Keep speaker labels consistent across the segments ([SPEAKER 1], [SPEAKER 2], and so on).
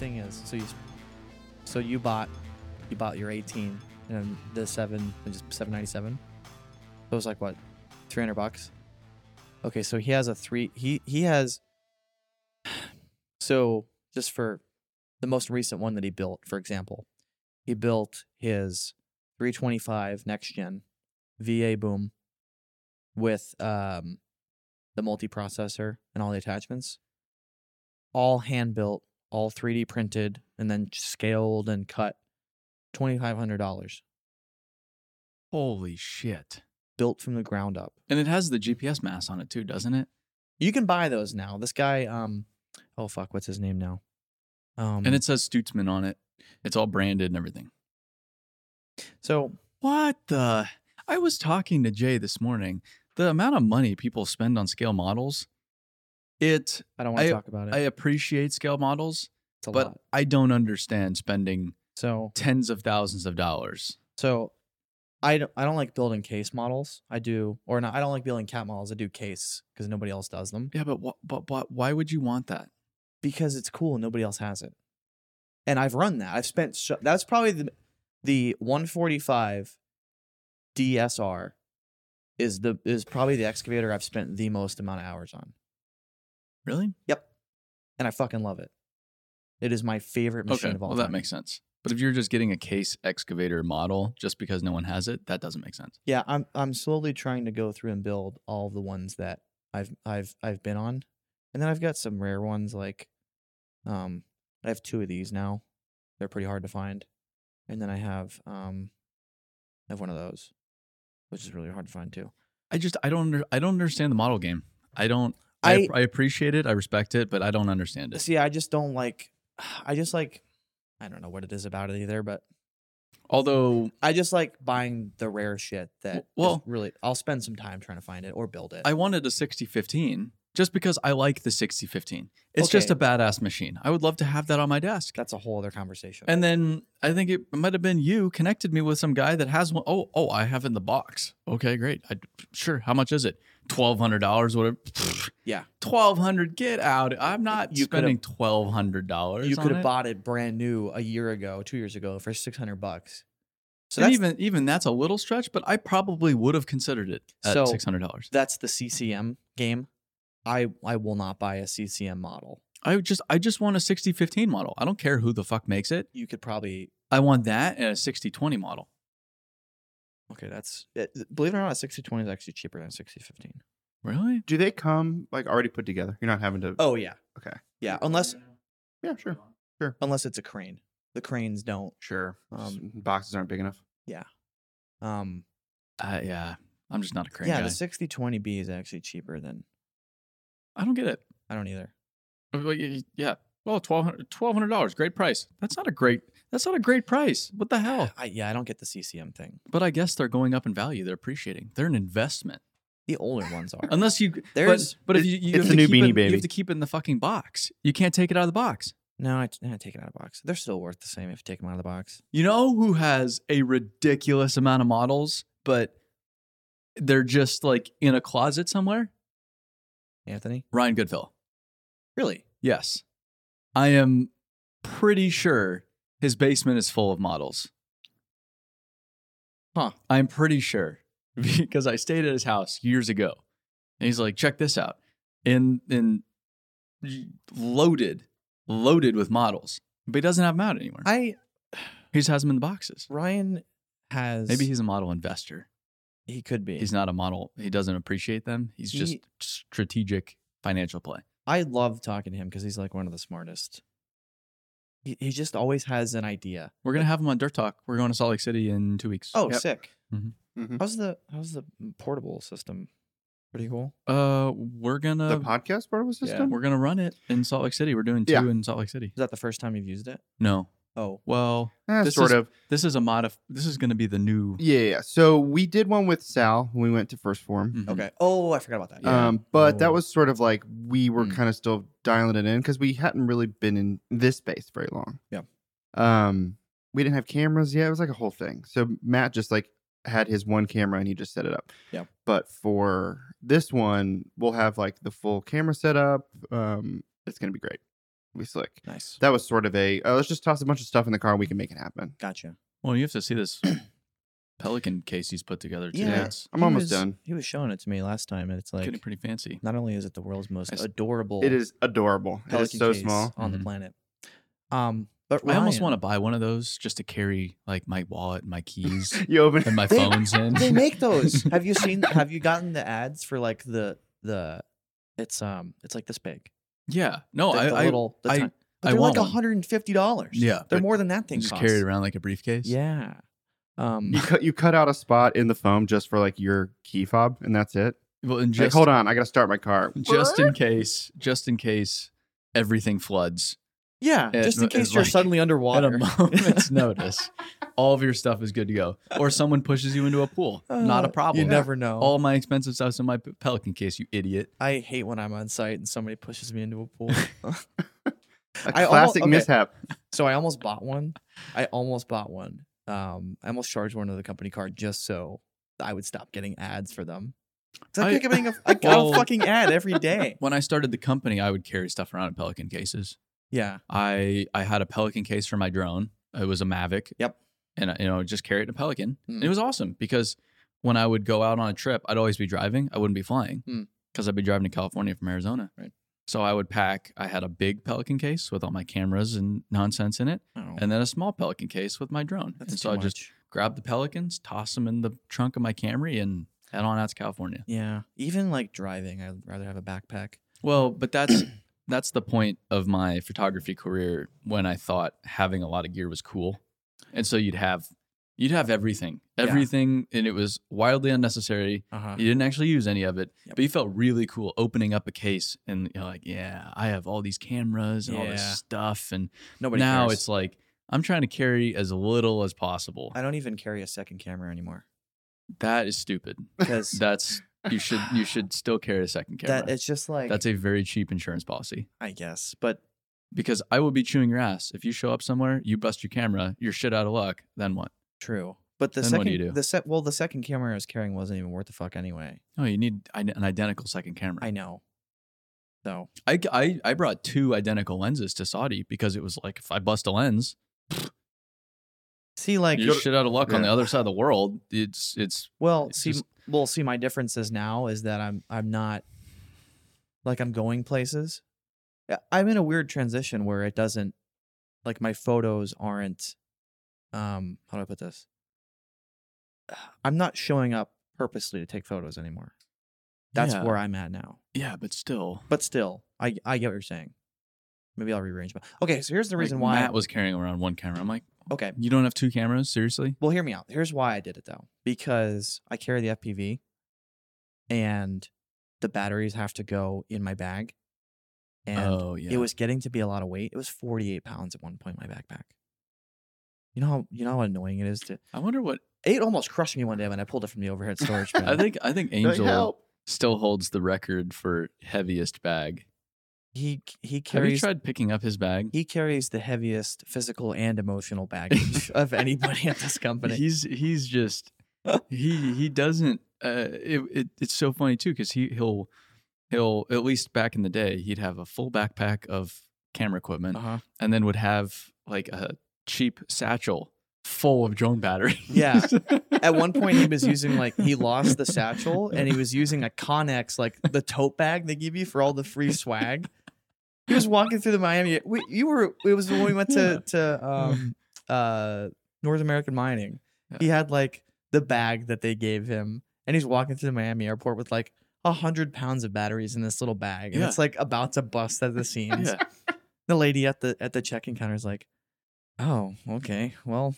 [SPEAKER 1] is. So you, s- so you bought, you bought your 18 and the seven, which is 797. So it was like what, 300 bucks. Okay, so he has a three. He he has. So just for the most recent one that he built, for example, he built his 325 next gen VA boom with um the multiprocessor and all the attachments all hand built, all 3D printed, and then scaled and cut. $2,500
[SPEAKER 2] Holy shit.
[SPEAKER 1] built from the ground up.
[SPEAKER 2] And it has the GPS mass on it too, doesn't it?
[SPEAKER 1] You can buy those now. This guy, um, oh fuck, what's his name now? Um,
[SPEAKER 2] And it says Stutzman on it. It's all branded and everything.
[SPEAKER 1] so
[SPEAKER 2] What the? I was talking to Jay this morning. The amount of money people spend on scale models, it,
[SPEAKER 1] I don't want to talk about it.
[SPEAKER 2] I appreciate scale models,
[SPEAKER 1] it's a
[SPEAKER 2] but
[SPEAKER 1] lot.
[SPEAKER 2] I don't understand spending
[SPEAKER 1] So,
[SPEAKER 2] tens of thousands of dollars.
[SPEAKER 1] so I don't, I don't like building case models. I do, or not, I don't like building cat models. I do case because nobody else does them
[SPEAKER 2] Yeah, but, wh- but, but why would you want that?
[SPEAKER 1] because it's cool and nobody else has it. And I've run that. I've spent, so, that's probably the, the 145 DSR is the, is probably the excavator I've spent the most amount of hours on.
[SPEAKER 2] Really?
[SPEAKER 1] and I fucking love it. It is my favorite machine
[SPEAKER 2] Okay.
[SPEAKER 1] of all
[SPEAKER 2] Well,
[SPEAKER 1] time.
[SPEAKER 2] that makes sense. But if you're just getting a case excavator model just because no one has it, that doesn't make sense.
[SPEAKER 1] Yeah, I'm I'm slowly trying to go through and build all the ones that I've I've I've been on, and then I've got some rare ones like, um, I have two of these now. They're pretty hard to find, and then I have um, I have one of those, which is really hard to find too.
[SPEAKER 2] I just I don't under, I don't understand the model game. I don't. I, I appreciate it. I respect it, but I don't understand it.
[SPEAKER 1] see. I just don't like. I just like. I don't know what it is about it either, but
[SPEAKER 2] Although
[SPEAKER 1] I just like buying the rare shit that. is
[SPEAKER 2] Well-
[SPEAKER 1] really, I'll spend some time trying to find it or build it.
[SPEAKER 2] I wanted a 6015 just because I like the 6015. It's just a
[SPEAKER 1] Okay.
[SPEAKER 2] badass machine. I would love to have that on my desk.
[SPEAKER 1] That's a whole other conversation.
[SPEAKER 2] And then I think it might have been you connected me with some guy that has one oh oh, I have it in the box. Okay, great. I, sure. How much is it? Twelve hundred dollars, whatever.
[SPEAKER 1] Yeah.
[SPEAKER 2] Twelve hundred. Get out. I'm not
[SPEAKER 1] You could've-
[SPEAKER 2] spending twelve hundred dollars.
[SPEAKER 1] you could have
[SPEAKER 2] it.
[SPEAKER 1] bought it brand new a year ago, two years ago for six hundred bucks. So
[SPEAKER 2] and
[SPEAKER 1] that's
[SPEAKER 2] even even that's a little stretch, but I probably would have considered it at
[SPEAKER 1] So-
[SPEAKER 2] six hundred dollars.
[SPEAKER 1] that's the CCM game. I I will not buy a CCM model.
[SPEAKER 2] I would just I just want a sixty fifteen model. I don't care who the fuck makes it.
[SPEAKER 1] You could probably
[SPEAKER 2] I want that and a sixty twenty model.
[SPEAKER 1] okay. That's it- believe it or not, sixty twenty is actually cheaper than sixty fifteen.
[SPEAKER 2] Really?
[SPEAKER 3] Do they come like already put together? You're not having to.
[SPEAKER 1] Oh yeah.
[SPEAKER 3] Okay.
[SPEAKER 1] Yeah, unless
[SPEAKER 3] yeah, sure,
[SPEAKER 1] unless it's a crane. The cranes don't.
[SPEAKER 3] sure.
[SPEAKER 1] Um,
[SPEAKER 3] boxes aren't big enough.
[SPEAKER 1] Um.
[SPEAKER 2] Uh, yeah. I'm just not a crane
[SPEAKER 1] yeah,
[SPEAKER 2] guy.
[SPEAKER 1] the sixty twenty B is actually cheaper than
[SPEAKER 2] I don't get it.
[SPEAKER 1] I don't either.
[SPEAKER 2] Uh, well, y- y- Yeah. Well, $1,200. dollars Great price. That's not a great. That's not a great price. What the hell?
[SPEAKER 1] I, yeah, I don't get the CCM thing.
[SPEAKER 2] But I guess they're going up in value. They're appreciating. They're an investment.
[SPEAKER 1] The older ones are.
[SPEAKER 2] Unless you.
[SPEAKER 1] There's-
[SPEAKER 2] But, but if
[SPEAKER 3] It-
[SPEAKER 2] you, you
[SPEAKER 3] it's
[SPEAKER 2] have
[SPEAKER 3] the
[SPEAKER 2] to
[SPEAKER 3] new
[SPEAKER 2] keep
[SPEAKER 3] Beanie
[SPEAKER 2] it, you
[SPEAKER 3] Baby.
[SPEAKER 2] have to keep it in the fucking box. You can't take it out of the box.
[SPEAKER 1] No, I, I take it out of the box. They're still worth the same if you take them out of the box.
[SPEAKER 2] You know who has a ridiculous amount of models, but they're just like in a closet somewhere?
[SPEAKER 1] Anthony,
[SPEAKER 2] Ryan Goodfellow.
[SPEAKER 1] really?
[SPEAKER 2] Yes. I am pretty sure his basement is full of models. Huh. I'm pretty sure because I stayed at his house years ago. And he's like, check this out. And and loaded, loaded with models. But he doesn't have them out anymore.
[SPEAKER 1] I
[SPEAKER 2] he just has them in the boxes.
[SPEAKER 1] Ryan has
[SPEAKER 2] Maybe he's a model investor.
[SPEAKER 1] he could be.
[SPEAKER 2] He's not a model. He doesn't appreciate them. He's just
[SPEAKER 1] He-
[SPEAKER 2] strategic financial play.
[SPEAKER 1] I love talking to him because he's like one of the smartest. He, he just always has an idea.
[SPEAKER 2] We're gonna have him on Dirt Talk. We're going to Salt Lake City in two weeks.
[SPEAKER 1] Oh,
[SPEAKER 2] Yep.
[SPEAKER 1] sick!
[SPEAKER 3] Mhm.
[SPEAKER 1] How's the how's the portable system? Pretty cool.
[SPEAKER 2] Uh, we're gonna
[SPEAKER 3] the podcast part of the
[SPEAKER 2] yeah,
[SPEAKER 3] system.
[SPEAKER 2] we're gonna run it in Salt Lake City. We're doing two
[SPEAKER 3] Yeah.
[SPEAKER 2] in Salt Lake City.
[SPEAKER 1] Is that the first time you've used it?
[SPEAKER 2] No,
[SPEAKER 1] Oh,
[SPEAKER 2] well,
[SPEAKER 3] Eh,
[SPEAKER 2] this
[SPEAKER 3] sort
[SPEAKER 2] is-
[SPEAKER 3] of.
[SPEAKER 2] this is a modif. This is gonna be the new.
[SPEAKER 3] Yeah, yeah, yeah. So we did one with Sal when we went to First Form.
[SPEAKER 2] Mhm.
[SPEAKER 1] okay. Oh, I forgot about that.
[SPEAKER 2] Yeah.
[SPEAKER 3] Um, but
[SPEAKER 1] Oh.
[SPEAKER 3] that was sort of like we were
[SPEAKER 2] Mm.
[SPEAKER 3] kind of still dialing it in because we hadn't really been in this space very long.
[SPEAKER 1] Yeah.
[SPEAKER 3] Um, we didn't have cameras yet. It was like a whole thing. So Matt just like had his one camera and he just set it up.
[SPEAKER 1] Yeah.
[SPEAKER 3] But for this one, we'll have like the full camera set up. Um, it's gonna be great. We slick.
[SPEAKER 1] Nice.
[SPEAKER 3] That was sort of a oh, let's just toss a bunch of stuff in the car and we can make it happen.
[SPEAKER 1] Gotcha.
[SPEAKER 2] Well, you have to see this pelican case he's put together too.
[SPEAKER 1] Yeah.
[SPEAKER 2] It's
[SPEAKER 3] I'm
[SPEAKER 1] He
[SPEAKER 3] almost
[SPEAKER 1] was-
[SPEAKER 3] done.
[SPEAKER 1] He was showing it to me last time, and it's like
[SPEAKER 2] getting pretty fancy.
[SPEAKER 1] not only is it the world's most
[SPEAKER 2] I s-
[SPEAKER 1] adorable,
[SPEAKER 3] It is adorable. It is
[SPEAKER 1] pelican
[SPEAKER 3] so
[SPEAKER 1] case
[SPEAKER 3] small.
[SPEAKER 1] on the
[SPEAKER 2] Mhm.
[SPEAKER 1] planet. Um, Mm-hmm. but
[SPEAKER 2] I almost
[SPEAKER 1] Ryan-
[SPEAKER 2] want to buy one of those just to carry like my wallet and my keys
[SPEAKER 3] You open
[SPEAKER 2] and my
[SPEAKER 1] They-
[SPEAKER 2] phones in.
[SPEAKER 1] they make those. have you seen? Have you gotten the ads for like the the? It's um, it's like this big.
[SPEAKER 2] Yeah. No,
[SPEAKER 1] the,
[SPEAKER 2] Oh, I,
[SPEAKER 1] the
[SPEAKER 2] I,
[SPEAKER 1] little, the
[SPEAKER 2] I-
[SPEAKER 1] tiny- but
[SPEAKER 2] I
[SPEAKER 1] they're
[SPEAKER 2] want
[SPEAKER 1] like
[SPEAKER 2] one.
[SPEAKER 1] one hundred and fifty dollars.
[SPEAKER 2] Yeah,
[SPEAKER 1] they're
[SPEAKER 2] but
[SPEAKER 1] more than that thing.
[SPEAKER 2] just
[SPEAKER 1] costs.
[SPEAKER 2] carry it around like a briefcase.
[SPEAKER 1] Yeah. Um,
[SPEAKER 3] you cut you cut out a spot in the foam just for like your key fob and that's it.
[SPEAKER 2] Well, and
[SPEAKER 3] like
[SPEAKER 2] just
[SPEAKER 3] hold on, I gotta start my car.
[SPEAKER 2] just in case, just in case everything floods
[SPEAKER 1] yeah,
[SPEAKER 2] It
[SPEAKER 1] just in
[SPEAKER 2] was
[SPEAKER 1] case you're
[SPEAKER 2] like-
[SPEAKER 1] suddenly
[SPEAKER 2] at
[SPEAKER 1] underwater.
[SPEAKER 2] a moment's notice, all of your stuff is good to go. Or someone pushes you into a pool, not
[SPEAKER 1] Uh,
[SPEAKER 2] a problem.
[SPEAKER 1] You never know.
[SPEAKER 2] All my expensive stuff's in my p- Pelican case, you idiot.
[SPEAKER 1] I hate when I'm on site and somebody pushes me into a pool.
[SPEAKER 3] A
[SPEAKER 1] I almo-
[SPEAKER 3] classic
[SPEAKER 1] okay.
[SPEAKER 3] mishap.
[SPEAKER 1] so I almost bought one. I almost bought one. Um, I almost charged one to the company card just so I would stop getting ads for them. 'Cause I,
[SPEAKER 2] I-
[SPEAKER 1] keep getting a, I got a
[SPEAKER 2] Well-
[SPEAKER 1] fucking ad every day.
[SPEAKER 2] When I started the company, I would carry stuff around in Pelican cases.
[SPEAKER 1] Yeah,
[SPEAKER 2] I I had a Pelican case for my drone. It was a Mavic.
[SPEAKER 1] Yep.
[SPEAKER 2] And I, you know, just carry it in a Pelican. And
[SPEAKER 1] Mm.
[SPEAKER 2] it was awesome because when I would go out on a trip, I'd always be driving. I wouldn't be flying
[SPEAKER 1] Mm.
[SPEAKER 2] because I'd be driving to California from Arizona.
[SPEAKER 1] Right.
[SPEAKER 2] So I would pack. I had a big Pelican case with all my cameras and nonsense in it,
[SPEAKER 1] Oh,
[SPEAKER 2] and then a small Pelican case with my drone.
[SPEAKER 1] that's
[SPEAKER 2] and
[SPEAKER 1] too
[SPEAKER 2] so I just
[SPEAKER 1] much.
[SPEAKER 2] grabbed the Pelicans, tossed them in the trunk of my Camry, and head on out to California.
[SPEAKER 1] yeah. Even like driving, I'd rather have a backpack.
[SPEAKER 2] Well, but that's that's the point of my photography career when I thought having a lot of gear was cool. And so you'd have you'd have everything.
[SPEAKER 1] Yeah.
[SPEAKER 2] Everything and it was wildly unnecessary.
[SPEAKER 1] Uh huh.
[SPEAKER 2] You didn't actually use any of it,
[SPEAKER 1] Yep.
[SPEAKER 2] but you felt really cool opening up a case and you're like, yeah, I have all these cameras and all
[SPEAKER 1] Yeah.
[SPEAKER 2] this stuff and
[SPEAKER 1] Nobody
[SPEAKER 2] now
[SPEAKER 1] cares.
[SPEAKER 2] it's like I'm trying to carry as little as possible.
[SPEAKER 1] I don't even carry a second camera anymore
[SPEAKER 2] that is stupid.
[SPEAKER 1] because
[SPEAKER 2] That's you should you should still carry a second camera.
[SPEAKER 1] that it's just like
[SPEAKER 2] That's a very cheap insurance policy.
[SPEAKER 1] I guess, but
[SPEAKER 2] because I will be chewing your ass if you show up somewhere, you bust your camera, you're shit out of luck. Then what?
[SPEAKER 1] true. But the
[SPEAKER 2] Then
[SPEAKER 1] second,
[SPEAKER 2] what do you do?
[SPEAKER 1] the set, well, the second camera I was carrying wasn't even worth the fuck anyway.
[SPEAKER 2] Oh, you need i- an identical second camera.
[SPEAKER 1] I know. So
[SPEAKER 2] I, I I brought two identical lenses to Saudi because it was like if I bust a lens,
[SPEAKER 1] see, like,
[SPEAKER 2] you're shit out of luck on the
[SPEAKER 3] Yeah.
[SPEAKER 2] other side of the world. It's it's
[SPEAKER 1] well,
[SPEAKER 2] it's
[SPEAKER 1] see,
[SPEAKER 2] just-
[SPEAKER 1] well, see, my differences now is that I'm, I'm not, like, I'm going places. Yeah, I'm in a weird transition where it doesn't, like, my photos aren't, um, how do I put this? I'm not showing up purposely to take photos anymore. That's
[SPEAKER 2] Yeah.
[SPEAKER 1] where I'm at now.
[SPEAKER 2] yeah, but still.
[SPEAKER 1] But still, I I get what you're saying. Maybe I'll rearrange. But okay, so here's the
[SPEAKER 2] Like,
[SPEAKER 1] reason why.
[SPEAKER 2] Matt was carrying around one camera. I'm like,
[SPEAKER 1] okay,
[SPEAKER 2] you don't have two cameras, seriously?
[SPEAKER 1] well, hear me out. Here's why I did it though, because I carry the FPV, and the batteries have to go in my bag, and
[SPEAKER 2] oh yeah.
[SPEAKER 1] it was getting to be a lot of weight. It was 48 pounds at one point. in My backpack. You know how you know how annoying it is to.
[SPEAKER 2] I wonder what
[SPEAKER 1] It almost crushed me one day when I pulled it from the overhead storage bin.
[SPEAKER 2] I think. I think
[SPEAKER 3] Like,
[SPEAKER 2] Angel
[SPEAKER 3] help.
[SPEAKER 2] still holds the record for heaviest bag.
[SPEAKER 1] he he
[SPEAKER 2] Have you
[SPEAKER 1] carries
[SPEAKER 2] tried picking up his bag?
[SPEAKER 1] he carries the heaviest physical and emotional baggage of anybody at this company.
[SPEAKER 2] he's he's just he he doesn't uh it, it it's so funny too because he he'll he'll at least back in the day he'd have a full backpack of camera equipment
[SPEAKER 1] uh-huh.
[SPEAKER 2] and then would have like a cheap satchel full of drone batteries
[SPEAKER 1] Yeah. At one point, he was using like he lost the satchel and he was using a Connex, like the tote bag they give you for all the free swag. He was walking through the Miami. We, you were. It was when we went to to um, uh, North American Mining. He had like the bag that they gave him, and he's walking through the Miami airport with like a hundred pounds of batteries in this little bag, and
[SPEAKER 2] Yeah.
[SPEAKER 1] it's like about to bust at the seams.
[SPEAKER 2] yeah
[SPEAKER 1] The lady at the at the check-in counter is like, "Oh, okay. Well,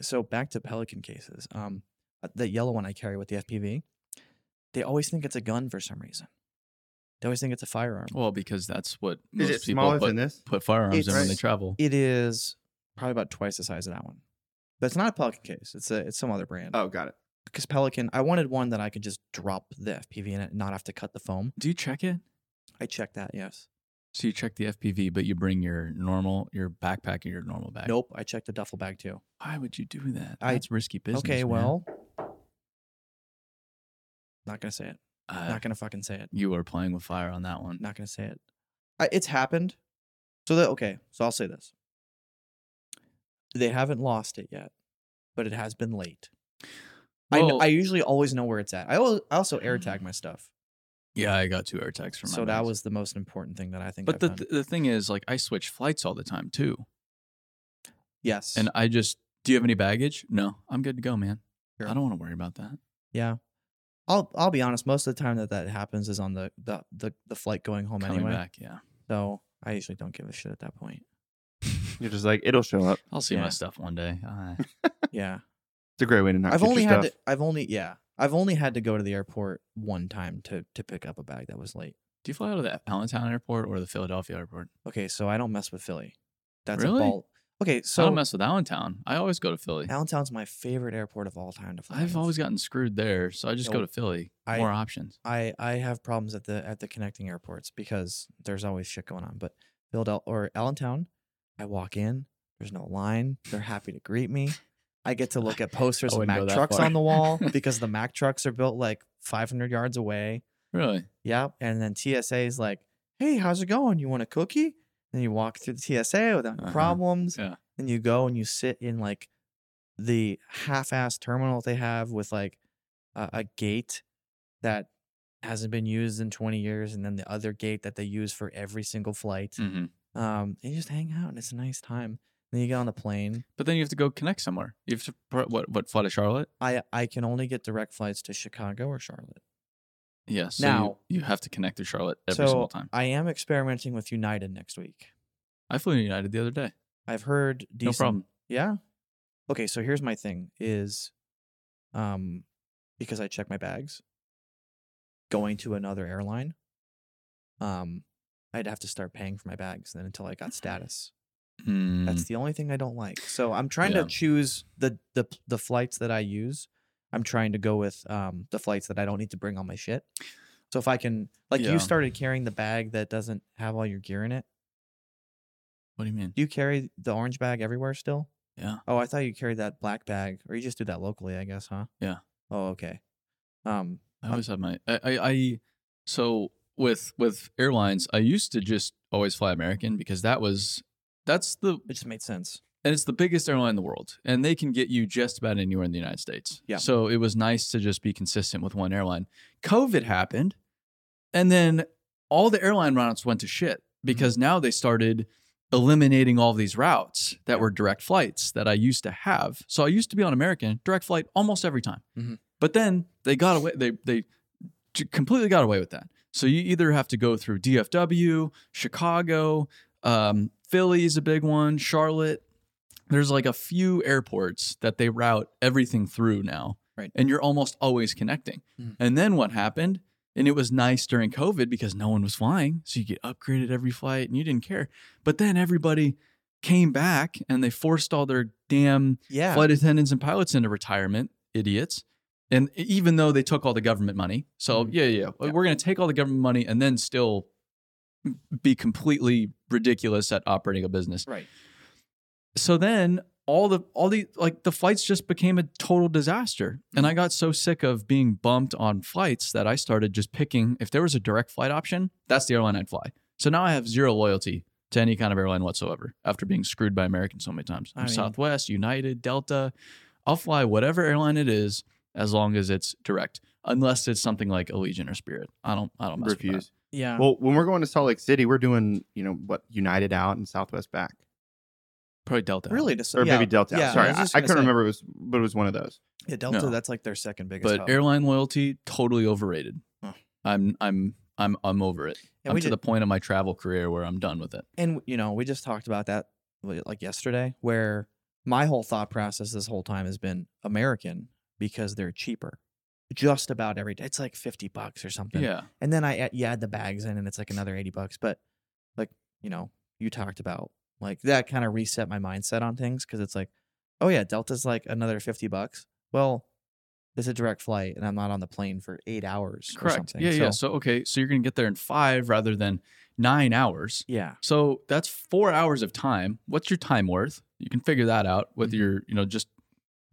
[SPEAKER 1] so back to pelican cases. Um, the yellow one I carry with the FPV, they always think it's a gun for some reason. They always think it's a firearm.
[SPEAKER 2] well because that's what
[SPEAKER 3] Is
[SPEAKER 2] most
[SPEAKER 3] it
[SPEAKER 2] people
[SPEAKER 3] smaller
[SPEAKER 2] put,
[SPEAKER 3] than this?
[SPEAKER 2] put firearms in when
[SPEAKER 1] It's-
[SPEAKER 2] they travel
[SPEAKER 1] It is probably about twice the size of that one. But it's not a pelican case. It's a it's some other brand.
[SPEAKER 3] Oh, got it.
[SPEAKER 1] because pelican, I wanted one that I could just drop the FPV in it, and not have to cut the foam.
[SPEAKER 2] do you check it
[SPEAKER 1] I checked that. Yes.
[SPEAKER 2] so you check the fpv but you bring your normal your backpack and your normal bag
[SPEAKER 1] Nope. I checked the duffel bag too.
[SPEAKER 2] why would you do that
[SPEAKER 1] I-
[SPEAKER 2] that's risky business
[SPEAKER 1] okay.
[SPEAKER 2] man.
[SPEAKER 1] Well, not gonna say it.
[SPEAKER 2] Uh,
[SPEAKER 1] Not gonna fucking say it.
[SPEAKER 2] you were playing with fire on that one
[SPEAKER 1] not gonna say it. I, it's happened. So that okay. So I'll say this: they haven't lost it yet, but it has been late. I kn-
[SPEAKER 2] Well-
[SPEAKER 1] I usually always know where it's at. I, al- I also air tag my stuff,
[SPEAKER 2] Yeah, I got two AirTags from my
[SPEAKER 1] so that
[SPEAKER 2] Max.
[SPEAKER 1] was the most important thing that I think.
[SPEAKER 2] But
[SPEAKER 1] I've
[SPEAKER 2] the
[SPEAKER 1] done.
[SPEAKER 2] the thing is, like, I switch flights all the time too,
[SPEAKER 1] yes,
[SPEAKER 2] and I just. Do you have any baggage? No, I'm good to go, man.
[SPEAKER 1] Sure.
[SPEAKER 2] I don't want to worry about that.
[SPEAKER 1] yeah, I'll I'll be honest. Most of the time that that happens is on the the the, the flight going home
[SPEAKER 2] Coming
[SPEAKER 1] anyway.
[SPEAKER 2] back, yeah.
[SPEAKER 1] So I usually don't give a shit at that point.
[SPEAKER 3] You're just like, it'll show up.
[SPEAKER 2] I'll see
[SPEAKER 1] Yeah.
[SPEAKER 2] my stuff one day. Ah.
[SPEAKER 1] Yeah,
[SPEAKER 3] It's a great way to not.
[SPEAKER 1] I've
[SPEAKER 3] get
[SPEAKER 1] only
[SPEAKER 3] your
[SPEAKER 1] had
[SPEAKER 3] stuff.
[SPEAKER 1] to, I've only yeah I've only had to go to the airport one time to to pick up a bag that was late.
[SPEAKER 2] Do you fly out of the Allentown Airport or the Philadelphia Airport?
[SPEAKER 1] Okay, so I don't mess with Philly. That's
[SPEAKER 2] Really?
[SPEAKER 1] a ball. Okay,
[SPEAKER 2] I
[SPEAKER 1] so
[SPEAKER 2] don't mess with Allentown. I always go to Philly.
[SPEAKER 1] Allentown's my favorite airport of all time to fly.
[SPEAKER 2] I've
[SPEAKER 1] into.
[SPEAKER 2] always gotten screwed there, so I just go
[SPEAKER 1] Nope.
[SPEAKER 2] to Philly.
[SPEAKER 1] I-
[SPEAKER 2] More options.
[SPEAKER 1] I I have problems at the at the connecting airports because there's always shit going on. But Philadelphia or Allentown, I walk in, there's no line. They're happy to greet me. I get to look at posters
[SPEAKER 2] I
[SPEAKER 1] of
[SPEAKER 2] wouldn't go
[SPEAKER 1] Mack
[SPEAKER 2] that
[SPEAKER 1] trucks
[SPEAKER 2] far.
[SPEAKER 1] on the wall because the Mack trucks are built like 500 yards away.
[SPEAKER 2] Really?
[SPEAKER 1] Yep. And then TSA is like, hey, how's it going? You want a cookie? Then you walk through the TSA without any
[SPEAKER 2] Uh-huh.
[SPEAKER 1] problems.
[SPEAKER 2] Yeah.
[SPEAKER 1] And you go and you sit in like the half ass terminal they have with like a, a gate that hasn't been used in 20 years and then the other gate that they use for every single flight.
[SPEAKER 2] hmm
[SPEAKER 1] Um, and you just hang out and it's a nice time. Then you get on the plane.
[SPEAKER 2] But then you have to go connect somewhere. You have to pr- what? What fly to Charlotte?
[SPEAKER 1] I, I can only get direct flights to Chicago or Charlotte.
[SPEAKER 2] Yeah. So
[SPEAKER 1] Now-
[SPEAKER 2] you, you have to connect to Charlotte every single time.
[SPEAKER 1] I am experimenting with United next week.
[SPEAKER 2] I flew to United the other day.
[SPEAKER 1] I've heard
[SPEAKER 2] No
[SPEAKER 1] decent
[SPEAKER 2] problem.
[SPEAKER 1] Yeah. Okay, so here's my thing is um because I check my bags going to another airline um I'd have to start paying for my bags then until I got status.
[SPEAKER 2] Mm.
[SPEAKER 1] That's the only thing I don't like. So I'm trying
[SPEAKER 2] Yeah.
[SPEAKER 1] to choose the the the flights that I use. I'm trying to go with um the flights that I don't need to bring all my shit. So if I can like
[SPEAKER 2] Yeah.
[SPEAKER 1] you started carrying the bag that doesn't have all your gear in it.
[SPEAKER 2] what do you mean?
[SPEAKER 1] Do you carry the orange bag everywhere still?
[SPEAKER 2] Yeah.
[SPEAKER 1] Oh, I thought you carried that black bag, or you just do that locally, I guess, huh?
[SPEAKER 2] Yeah.
[SPEAKER 1] Oh, okay. Um,
[SPEAKER 2] I always have my. I, I. I. So with with airlines, I used to just always fly American because that was that's the
[SPEAKER 1] it just made sense.
[SPEAKER 2] and it's the biggest airline in the world and they can get you just about anywhere in the united states
[SPEAKER 1] Yeah.
[SPEAKER 2] so it was nice to just be consistent with one airline covid happened and then all the airline routes went to shit because now they started eliminating all these routes that were direct flights that i used to have so i used to be on american direct flight almost every time
[SPEAKER 1] Mhm.
[SPEAKER 2] but then they got away they they j- completely got away with that so you either have to go through dfw chicago um, philly is a big one charlotte there's like a few airports that they route everything through now.
[SPEAKER 1] Right.
[SPEAKER 2] And you're almost always connecting.
[SPEAKER 1] Mhm.
[SPEAKER 2] And then what happened? And it was nice during COVID because no one was flying. So you get upgraded every flight and you didn't care. But then everybody came back and they forced all their damn
[SPEAKER 1] Yeah.
[SPEAKER 2] flight attendants and pilots into retirement, idiots. And e, even though they took all the government money, so
[SPEAKER 1] Mhm.
[SPEAKER 2] yeah, yeah,
[SPEAKER 1] Yeah.
[SPEAKER 2] we're going to take all the government money and then still be completely ridiculous at operating a business
[SPEAKER 1] Right.
[SPEAKER 2] so then all the all the like the flights just became a total disaster and i got so sick of being bumped on flights that i started just picking if there was a direct flight option that's the airline i'd fly so now i have zero loyalty to any kind of airline whatsoever after being screwed by american so many times
[SPEAKER 1] I mean-
[SPEAKER 2] southwest united delta i'll fly whatever airline it is as long as it's direct unless it's something like allegiant or spirit i don't i don't mess with that.
[SPEAKER 3] refuse.
[SPEAKER 1] Yeah.
[SPEAKER 3] Well, when we're going to Salt Lake City, we're doing you know what United out and Southwest back,
[SPEAKER 2] probably delta
[SPEAKER 1] really, just,
[SPEAKER 3] or
[SPEAKER 1] yeah,
[SPEAKER 3] maybe Delta.
[SPEAKER 1] Yeah,
[SPEAKER 3] out. Sorry,
[SPEAKER 1] was
[SPEAKER 3] I,
[SPEAKER 1] just
[SPEAKER 3] I
[SPEAKER 1] gonna
[SPEAKER 3] couldn't
[SPEAKER 1] say,
[SPEAKER 3] remember. It was, but it was one of those.
[SPEAKER 1] Yeah, Delta.
[SPEAKER 2] No.
[SPEAKER 1] That's like their second biggest.
[SPEAKER 2] but
[SPEAKER 1] hub.
[SPEAKER 2] airline loyalty totally overrated
[SPEAKER 1] Huh.
[SPEAKER 2] i'm i'm i'm i'm over it
[SPEAKER 1] and
[SPEAKER 2] I'm
[SPEAKER 1] we
[SPEAKER 2] to
[SPEAKER 1] did,
[SPEAKER 2] the point of my travel career where I'm done with it.
[SPEAKER 1] and you know, we just talked about that li- like yesterday, where my whole thought process this whole time has been American because they're cheaper. Just about every day, it's like fifty bucks or something.
[SPEAKER 2] Yeah.
[SPEAKER 1] And then I add- you add the bags in, and it's like another eighty bucks. But like you know, you talked about like that kind of reset my mindset on things because it's like, oh yeah, Delta's like another fifty bucks. Well, it's a direct flight, and I'm not on the plane for eight hours or
[SPEAKER 2] Correct.
[SPEAKER 1] something.
[SPEAKER 2] Yeah,
[SPEAKER 1] so,
[SPEAKER 2] yeah. So okay, so you're gonna get there in five rather than nine hours.
[SPEAKER 1] yeah,
[SPEAKER 2] So that's four hours of time. What's your time worth? You can figure that out with
[SPEAKER 1] Mhm.
[SPEAKER 2] your, you know, just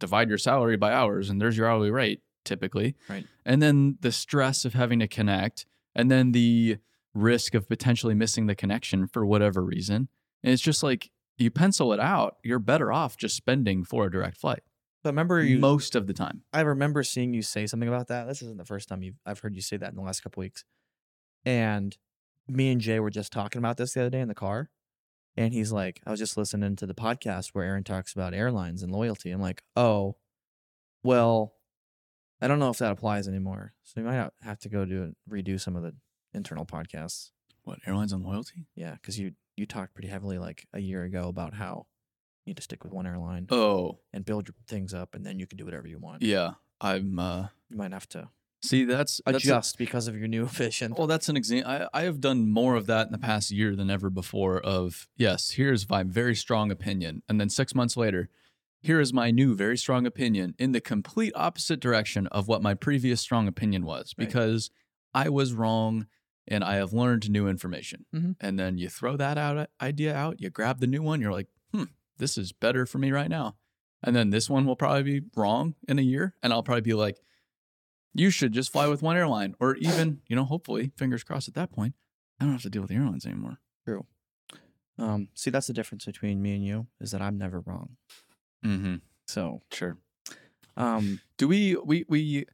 [SPEAKER 2] divide your salary by hours and there's your hourly rate typically.
[SPEAKER 1] Right.
[SPEAKER 2] And then the stress of having to connect and then the risk of potentially missing the connection for whatever reason. And it's just like you pencil it out, you're better off just spending for a direct flight
[SPEAKER 1] I remember you.
[SPEAKER 2] most of the time.
[SPEAKER 1] I remember seeing you say something about that. This isn't the first time you I've heard you say that in the last couple weeks. And me and Jay were just talking about this the other day in the car. And he's like, I was just listening to the podcast where Aaron talks about airlines and loyalty. I'm like, oh, well, I don't know if that applies anymore. So you might ha- have to go do redo some of the internal podcasts.
[SPEAKER 2] What airlines on loyalty?
[SPEAKER 1] Yeah, because you you talked pretty heavily like a year ago about how you need to stick with one airline
[SPEAKER 2] Oh,
[SPEAKER 1] and build your things up, and then you can do whatever you want.
[SPEAKER 2] yeah. I'm uh
[SPEAKER 1] You might have to
[SPEAKER 2] see that's, that's a-
[SPEAKER 1] adjust because of your new vision.
[SPEAKER 2] Well, that's an example. I, I have done more of that in the past year than ever before. Of yes, here's my very strong opinion, and then six months later, here is my new very strong opinion in the complete opposite direction of what my previous strong opinion was
[SPEAKER 1] Right.
[SPEAKER 2] because I was wrong and I have learned new information.
[SPEAKER 1] Mhm.
[SPEAKER 2] And then you throw that out idea out, you grab the new one, you're like, hmm, this is better for me right now. And then this one will probably be wrong in a year, and I'll probably be like you should just fly with one airline or even, you know, hopefully, fingers crossed at that point, I don't have to deal with the airlines anymore.
[SPEAKER 1] Um, see, that's the difference between me and you is that I'm never wrong.
[SPEAKER 2] Mm-hmm.
[SPEAKER 1] So,
[SPEAKER 2] Sure.
[SPEAKER 1] um,
[SPEAKER 2] Do we, we, we,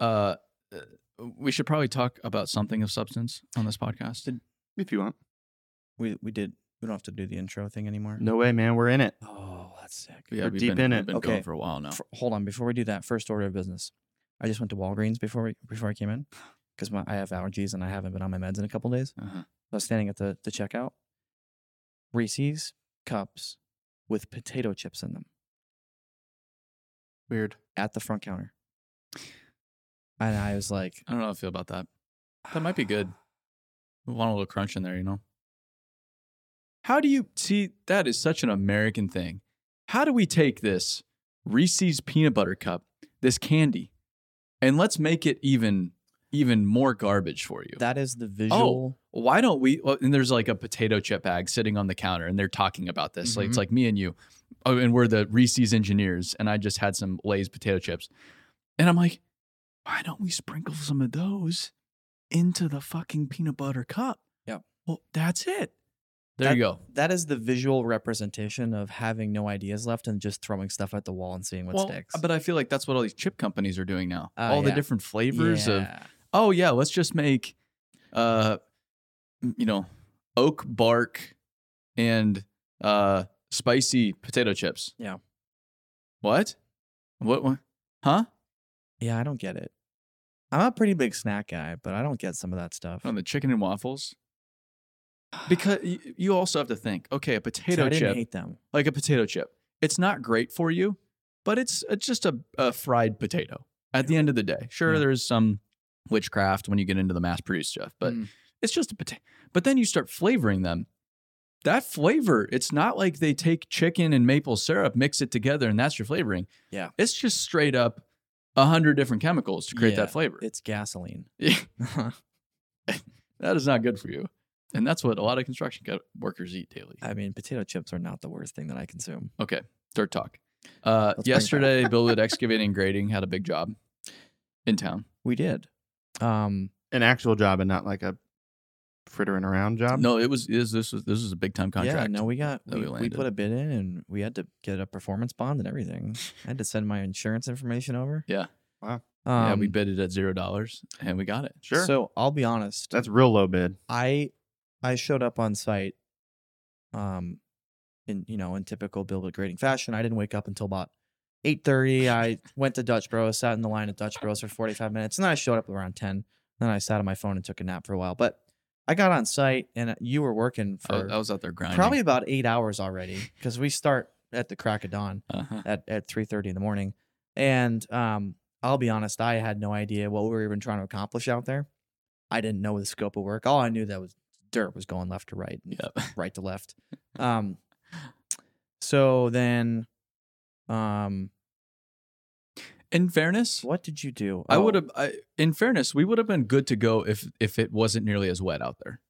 [SPEAKER 2] uh, uh, we should probably talk about something of substance on this podcast.
[SPEAKER 3] if you want.
[SPEAKER 1] we we did we don't have to do the intro thing anymore.
[SPEAKER 3] No way, man. We're in it.
[SPEAKER 1] Oh, that's sick.
[SPEAKER 2] Yeah,
[SPEAKER 3] We're
[SPEAKER 2] we've
[SPEAKER 3] deep
[SPEAKER 2] been,
[SPEAKER 3] in
[SPEAKER 2] we've
[SPEAKER 3] it.
[SPEAKER 2] been
[SPEAKER 1] Okay.
[SPEAKER 2] going for a while now.
[SPEAKER 1] F- hold on, before we do that, first order of business. I just went to Walgreens before we before I came in because my I have allergies and I haven't been on my meds in a couple days.
[SPEAKER 2] uh-huh.
[SPEAKER 1] I was standing at the the checkout. Reese's cups with potato chips in them
[SPEAKER 3] Weird.
[SPEAKER 1] at the front counter, and I was like,
[SPEAKER 2] I don't know how I feel about that. That might be good. We want a little crunch in there, you know? How do you see that is such an American thing? How do we take this Reese's peanut butter cup, this candy, and let's make it even even more garbage for you?
[SPEAKER 1] That is the visual.
[SPEAKER 2] Why don't we? well, And there's like a potato chip bag sitting on the counter, and they're talking about this. Like it's
[SPEAKER 1] Mm-hmm.
[SPEAKER 3] Mhm.
[SPEAKER 2] like me and you, oh, and we're the Reese's engineers. And I just had some Lay's potato chips, and I'm like, why don't we sprinkle some of those into the fucking peanut butter cup?
[SPEAKER 1] Yep.
[SPEAKER 2] Well, that's it. There
[SPEAKER 1] That-
[SPEAKER 2] you go.
[SPEAKER 1] that is the visual representation of having no ideas left and just throwing stuff at the wall and seeing what
[SPEAKER 2] well,
[SPEAKER 1] sticks.
[SPEAKER 2] but I feel like that's what all these chip companies are doing now.
[SPEAKER 1] Oh,
[SPEAKER 2] all the
[SPEAKER 1] yeah.
[SPEAKER 2] different flavors of
[SPEAKER 1] Yeah.
[SPEAKER 2] oh yeah, let's just make uh you know, oak bark and uh spicy potato chips.
[SPEAKER 1] Yeah.
[SPEAKER 2] What? What, what? Huh?
[SPEAKER 1] yeah, I don't get it. I'm a pretty big snack guy, but I don't get some of that stuff.
[SPEAKER 2] On the chicken and waffles? Oh, Because y- you also have to think, okay, a
[SPEAKER 1] See,
[SPEAKER 2] potato
[SPEAKER 1] I didn't
[SPEAKER 2] chip,
[SPEAKER 1] hate them.
[SPEAKER 2] like a potato chip. It's not great for you, but it's, it's just a, a fried potato at the end of the day. Sure,
[SPEAKER 1] Yeah.
[SPEAKER 2] there's some witchcraft when you get into the mass produced stuff, but
[SPEAKER 1] Mm.
[SPEAKER 2] It's just a potato. But then you start flavoring them. That flavor, it's not like they take chicken and maple syrup, mix it together, and that's your flavoring.
[SPEAKER 1] Yeah.
[SPEAKER 2] It's just straight up a hundred different chemicals to create
[SPEAKER 1] Yeah,
[SPEAKER 2] that flavor.
[SPEAKER 1] it's gasoline.
[SPEAKER 2] that is not good for you. And that's what a lot of construction co- workers eat daily.
[SPEAKER 1] I mean, potato chips are not the worst thing that I consume.
[SPEAKER 2] Okay. Dirt talk.
[SPEAKER 1] bring
[SPEAKER 2] Uh,
[SPEAKER 1] it back.
[SPEAKER 2] yesterday, Bill at Excavating and Grading had a big job in town.
[SPEAKER 1] We did. Um,
[SPEAKER 3] An actual job and not like a frittering around job.
[SPEAKER 2] No, it was, it was this was this was a big time contract.
[SPEAKER 1] Um, Yeah, no, we got
[SPEAKER 2] that
[SPEAKER 1] we,
[SPEAKER 2] we
[SPEAKER 1] we
[SPEAKER 2] landed.
[SPEAKER 1] put a bid in and we had to get a performance bond and everything. I had to send my insurance information over.
[SPEAKER 2] Yeah.
[SPEAKER 3] Wow.
[SPEAKER 1] Um,
[SPEAKER 2] yeah, we bid it at zero dollars and we got it.
[SPEAKER 3] Sure.
[SPEAKER 1] So I'll be honest.
[SPEAKER 3] That's real low bid.
[SPEAKER 1] I I showed up on site um in you know in typical billboard grading fashion. I didn't wake up until about 8:30. I went to Dutch Bros, sat in the line at Dutch Bros for 45 minutes, and then I showed up around 10. Then I sat on my phone and took a nap for a while. But I got on site and uh, you were working
[SPEAKER 2] I,
[SPEAKER 1] for
[SPEAKER 2] I was out there grinding.
[SPEAKER 1] probably about 8 hours already cuz we start at the crack of dawn
[SPEAKER 2] Uh-huh.
[SPEAKER 1] at at three thirty in the morning, and um, I'll be honest, I had no idea what we were even trying to accomplish out there. I didn't know the scope of work. All I knew that was dirt was going left to right, and
[SPEAKER 2] Yep.
[SPEAKER 1] right to left. Um, so then, um,
[SPEAKER 2] In fairness,
[SPEAKER 1] what did you do?
[SPEAKER 2] I
[SPEAKER 1] Oh,
[SPEAKER 2] would have. I, in fairness, we would have been good to go if if it wasn't nearly as wet out there.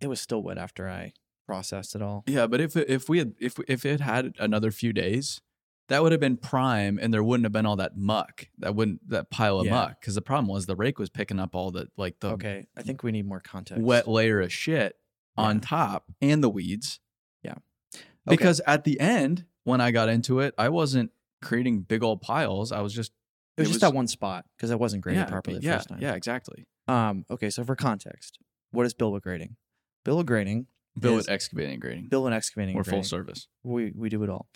[SPEAKER 1] It was still wet after I processed it all.
[SPEAKER 2] Yeah, but if if we had if if it had another few days, That would have been prime, and there wouldn't have been all that muck. That wouldn't that pile of
[SPEAKER 1] Yeah.
[SPEAKER 2] muck. Because the problem was the rake was picking up all the like the
[SPEAKER 1] okay, I think we need more context.
[SPEAKER 2] wet layer of shit on top and the weeds.
[SPEAKER 1] Yeah. Okay.
[SPEAKER 2] Because at the end, when I got into it, I wasn't creating big old piles. I was just
[SPEAKER 1] it was
[SPEAKER 2] it
[SPEAKER 1] just
[SPEAKER 2] was-
[SPEAKER 1] that one spot because I wasn't graded
[SPEAKER 2] yeah,
[SPEAKER 1] properly the
[SPEAKER 2] yeah,
[SPEAKER 1] first time.
[SPEAKER 2] Yeah, exactly.
[SPEAKER 1] Um. Okay. So for context, what is billet grading? Billet grading,
[SPEAKER 2] Bill
[SPEAKER 1] Is-
[SPEAKER 2] at excavating and grading.
[SPEAKER 1] billet excavating,
[SPEAKER 2] We're
[SPEAKER 1] and
[SPEAKER 2] full
[SPEAKER 1] grading.
[SPEAKER 2] service.
[SPEAKER 1] we we do it all.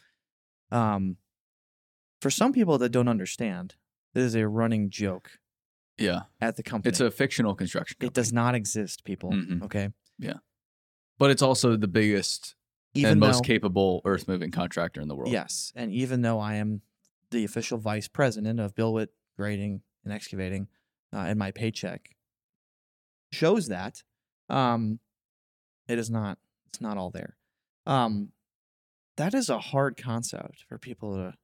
[SPEAKER 1] Um, for some people that don't understand, this is a running joke
[SPEAKER 2] Yeah.
[SPEAKER 1] at the company.
[SPEAKER 2] It's a fictional construction.
[SPEAKER 1] it does not exist, people.
[SPEAKER 2] Mhm.
[SPEAKER 1] Okay,
[SPEAKER 2] But it's also the biggest and most capable earth moving contractor in the world.
[SPEAKER 1] yes, and even though I am the official vice president of Billwit Grading and Excavating, uh, and my paycheck shows that, um, it is not. It's not all there. Um, that is a hard concept for people to